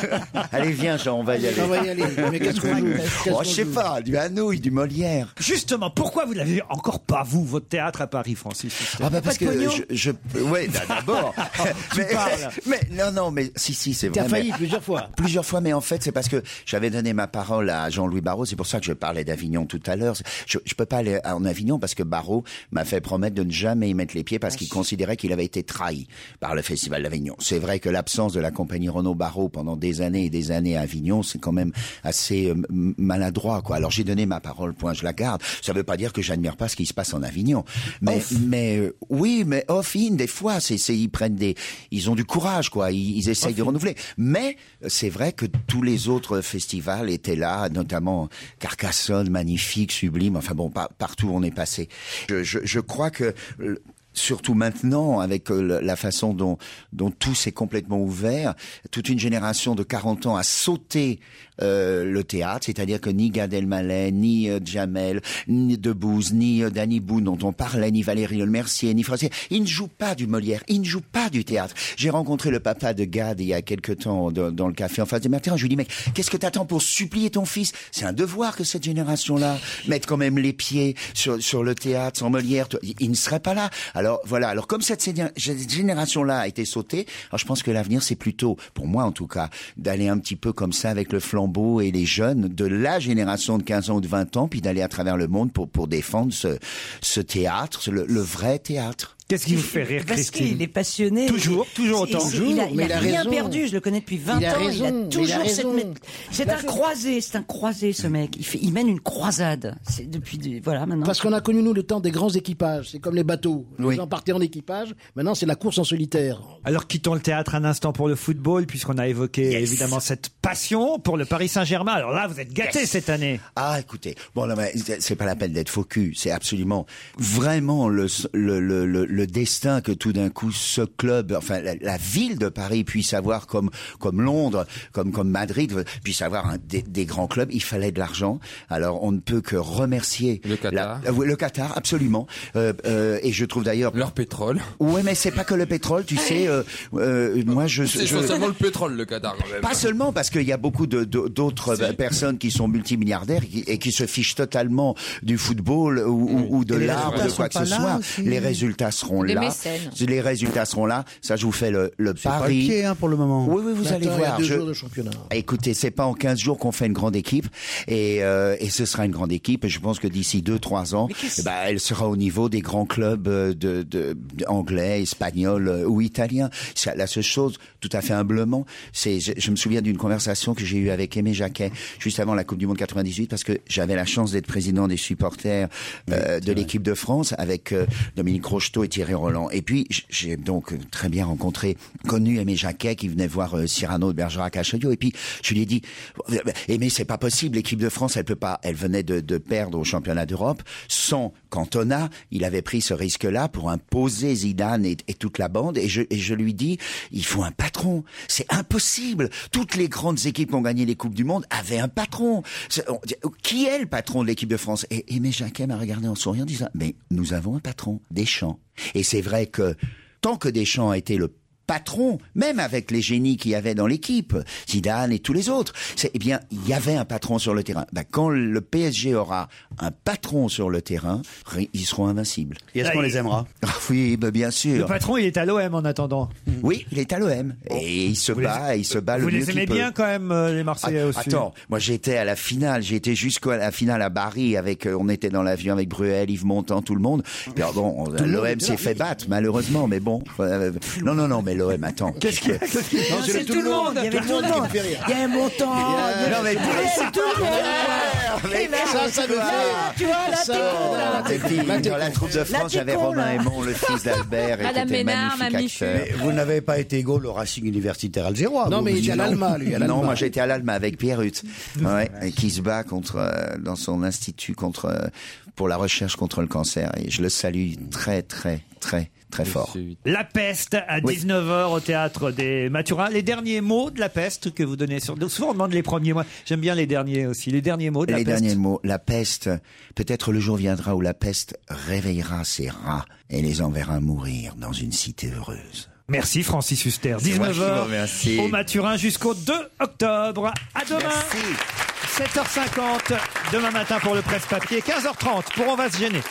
Allez, viens, Jean, on va y aller. On va y aller. Mais qu'est-ce qu'on joue Qu'est-ce Oh, qu'on je sais joue pas, du Hanouille, du Molière. Justement, pourquoi vous l'avez encore pas, vous, votre théâtre à Paris, Francis Huster Ah bah parce que je, je ouais bah, d'abord Tu parles. mais non non mais si si c'est vrai T'as failli mais- plusieurs fois. plusieurs fois mais en fait c'est parce que j'avais donné ma parole à Jean-Louis Barrault c'est pour ça que je parlais d'Avignon tout à l'heure je, je peux pas aller en Avignon parce que Barrault m'a fait promettre de ne jamais y mettre les pieds parce qu'il considérait qu'il avait été trahi par le festival d'Avignon c'est vrai que l'absence de la compagnie Renaud Barrault pendant des années et des années à Avignon c'est quand même assez euh, m- maladroit quoi alors j'ai donné ma parole point je la garde ça veut pas dire que j'admire pas ce qui se passe en Avignon mais mais euh, oui mais off in des fois c'est c'est- ils prennent des ils ont du courage quoi ils, ils essayent de renouveler mais euh, c'est vrai que tous les autres festivals étaient là notamment Carcassonne magnifique sublime enfin bon par- partout on est passé je, je, je crois que euh, Surtout maintenant, avec euh, le- la façon dont, dont tout s'est complètement ouvert, toute une génération de 40 ans a sauté euh, le théâtre, c'est-à-dire que ni Gad Elmaleh, ni euh, Jamel, ni Debouze, ni euh, Danny Boone dont on parlait, ni Valérie Le Mercier, ni Francier, ils ne jouent pas du Molière, ils ne jouent pas du théâtre. J'ai rencontré le papa de Gad il y a quelque temps dans, dans le café en face des matins, je lui dis mec, qu'est-ce que t'attends pour supplier ton fils C'est un devoir que cette génération-là mette quand même les pieds sur, sur le théâtre, sans Molière, tu vois, il, il ne serait pas là. Alors voilà, alors comme cette, sédi- cette génération-là a été sautée, alors je pense que l'avenir c'est plutôt, pour moi en tout cas, d'aller un petit peu comme ça avec le flambeau et les jeunes de la génération de 15 ans ou de 20 ans, puis d'aller à travers le monde pour, pour défendre ce, ce théâtre, ce- le, le vrai théâtre. Qu'est-ce qui vous fait rire, Parce qu'il est passionné. Toujours, toujours Et c'est- autant. Il a, il Mais a il a rien raison. perdu, je le connais depuis 20 Il a ans. il raison, a mais il a toujours cette. raison. mét- C'est un croisé, c'est un croisé ce mec. Il, fait, il mène une croisade. C'est depuis. des- Voilà maintenant. Parce qu'on a connu, nous, le temps des grands équipages. C'est comme les bateaux. Les gens partaient en équipage. Maintenant, c'est la course en solitaire. Alors quittons le théâtre un instant pour le football, puisqu'on a évoqué évidemment cette passion pour le Paris Saint-Germain. Alors là, vous êtes gâtés Yes. cette année. Ah, écoutez, bon, non, mais c'est- c'est pas la peine d'être faux cul. C'est absolument, vraiment le, le, le, le, le le destin que tout d'un coup ce club, enfin la, la ville de Paris puisse avoir comme comme Londres, comme comme Madrid puisse avoir un- des, des grands clubs. Il fallait de l'argent. Alors on ne peut que remercier la- euh, oui, le Qatar, absolument. Euh, euh, et je trouve d'ailleurs leur pétrole. Ouais, mais c'est pas que le pétrole, tu sais. euh, euh, moi je, C'est je- je... seulement le pétrole, le Qatar, quand même. pas seulement parce qu'il y a beaucoup de- de- d'autres euh, personnes qui sont multimilliardaires et qui, et qui se fichent totalement du football ou, ou- ou de Et les l'art, résultats de quoi que sont ce pas là soit. aussi. Les résultats seront Des là. mécènes. Les résultats seront là. Ça, je vous fais le, le C'est pas le pari. pied, hein, pour le moment. Oui, oui, vous allez Attends, il y a voir. deux Je- Bah, jours de championnat. Écoutez, c'est pas en 15 jours qu'on fait une grande équipe et, euh, et ce sera une grande équipe et je pense que d'ici 2-3 ans, eh ben, elle sera au niveau des grands clubs euh, de, de- de- anglais, espagnols euh, ou italiens. Ça, la seule chose, tout à fait humblement, c'est je, je me souviens d'une conversation que j'ai eue avec Aimé Jacquet juste avant la Coupe du Monde 98 parce que j'avais la chance d'être président des supporters euh, de l'équipe de France avec euh, Dominique Rocheteau et Thierry Roland. Et puis j- j'ai donc euh, très bien rencontré, connu Aimé Jacquet qui venait voir euh, Cyrano de Bergerac à Chaillot. Et puis je lui ai dit, Aimé, c'est pas possible, l'équipe de France, elle peut pas, elle venait de, de perdre au championnat d'Europe sans Cantona. Il avait pris ce risque-là pour imposer Zidane et, et toute la bande. Et je, et je lui dis, il faut un patron. C'est impossible. Toutes les grandes équipes qui ont gagné les Coupes du Monde avaient un patron. C'est- on- euh, qui est le patron de l'équipe de France Et Aimé Jacquet m'a regardé en souriant en disant, mais nous avons un patron, Deschamps. Et c'est vrai que tant que Deschamps a été le patron, même avec les génies qu'il y avait dans l'équipe, Zidane et tous les autres. C'est, eh bien, il y avait un patron sur le terrain. Ben, quand le PSG aura un patron sur le terrain, ri- ils seront invincibles. Et est-ce qu'on les aimera Ah Oui, ben, bien Le sûr. patron, il est à l'OM en attendant. Oui, il est à l'OM. Et il se bat, il se bat Vous Ah, le mieux les aimez qu'il peut. bien quand même, euh, les Marseillais Ah, aussi. Attends, moi j'étais à la finale, j'étais jusqu'à la finale à Paris avec, euh, on était dans l'avion avec Bruel, Yves Montand, tout le monde. Puis, alors, bon, le monde l'OM était s'est là. fait battre malheureusement, mais bon. euh, non, non, non, mais l'OM, attends. Qu'est-ce qu'il y a Non, c'est C'est tout le monde. Il y avait tout le qui monde. me fait rire. Il y a un montant. il y a- Non, mais Ouais, c'est tout le monde. mais Et là, ça, ça nous tu vois, fait- Tu vois, là, ça, t'es con, là. Ah, t'es petit. Là, t'es dans la troupe de con. Là, France, t'es j'avais con, Romain là. Aimon, le fils d'Albert, et qui Madame était un Ménard, Mamie magnifique acteur. hein. Mais vous n'avez pas été Gaulle au Racing Universitaire algérois. Non, vous, mais il vous est à dites l'Alma, lui, à l'Alma. Non, moi j'étais à l'Alma avec Pierre Huth, ouais, et qui se bat contre, euh, dans son institut contre, euh, pour la recherche contre le cancer. Et je le salue très, très, très, très fort. La peste à 19h au théâtre des Maturins. Les derniers mots de la peste que vous donnez sur. Donc souvent on demande les premiers mots. J'aime bien les derniers aussi. Les derniers mots de la Les peste. derniers mots, la peste. Peut-être le jour viendra où la peste réveillera ses rats et les enverra mourir dans une cité heureuse. Merci Francis Huster. C'est moi qui vous 19h remercie. au Maturin jusqu'au 2 octobre. À demain. 7h50 demain matin pour le presse-papier. 15h30 pour On va se gêner.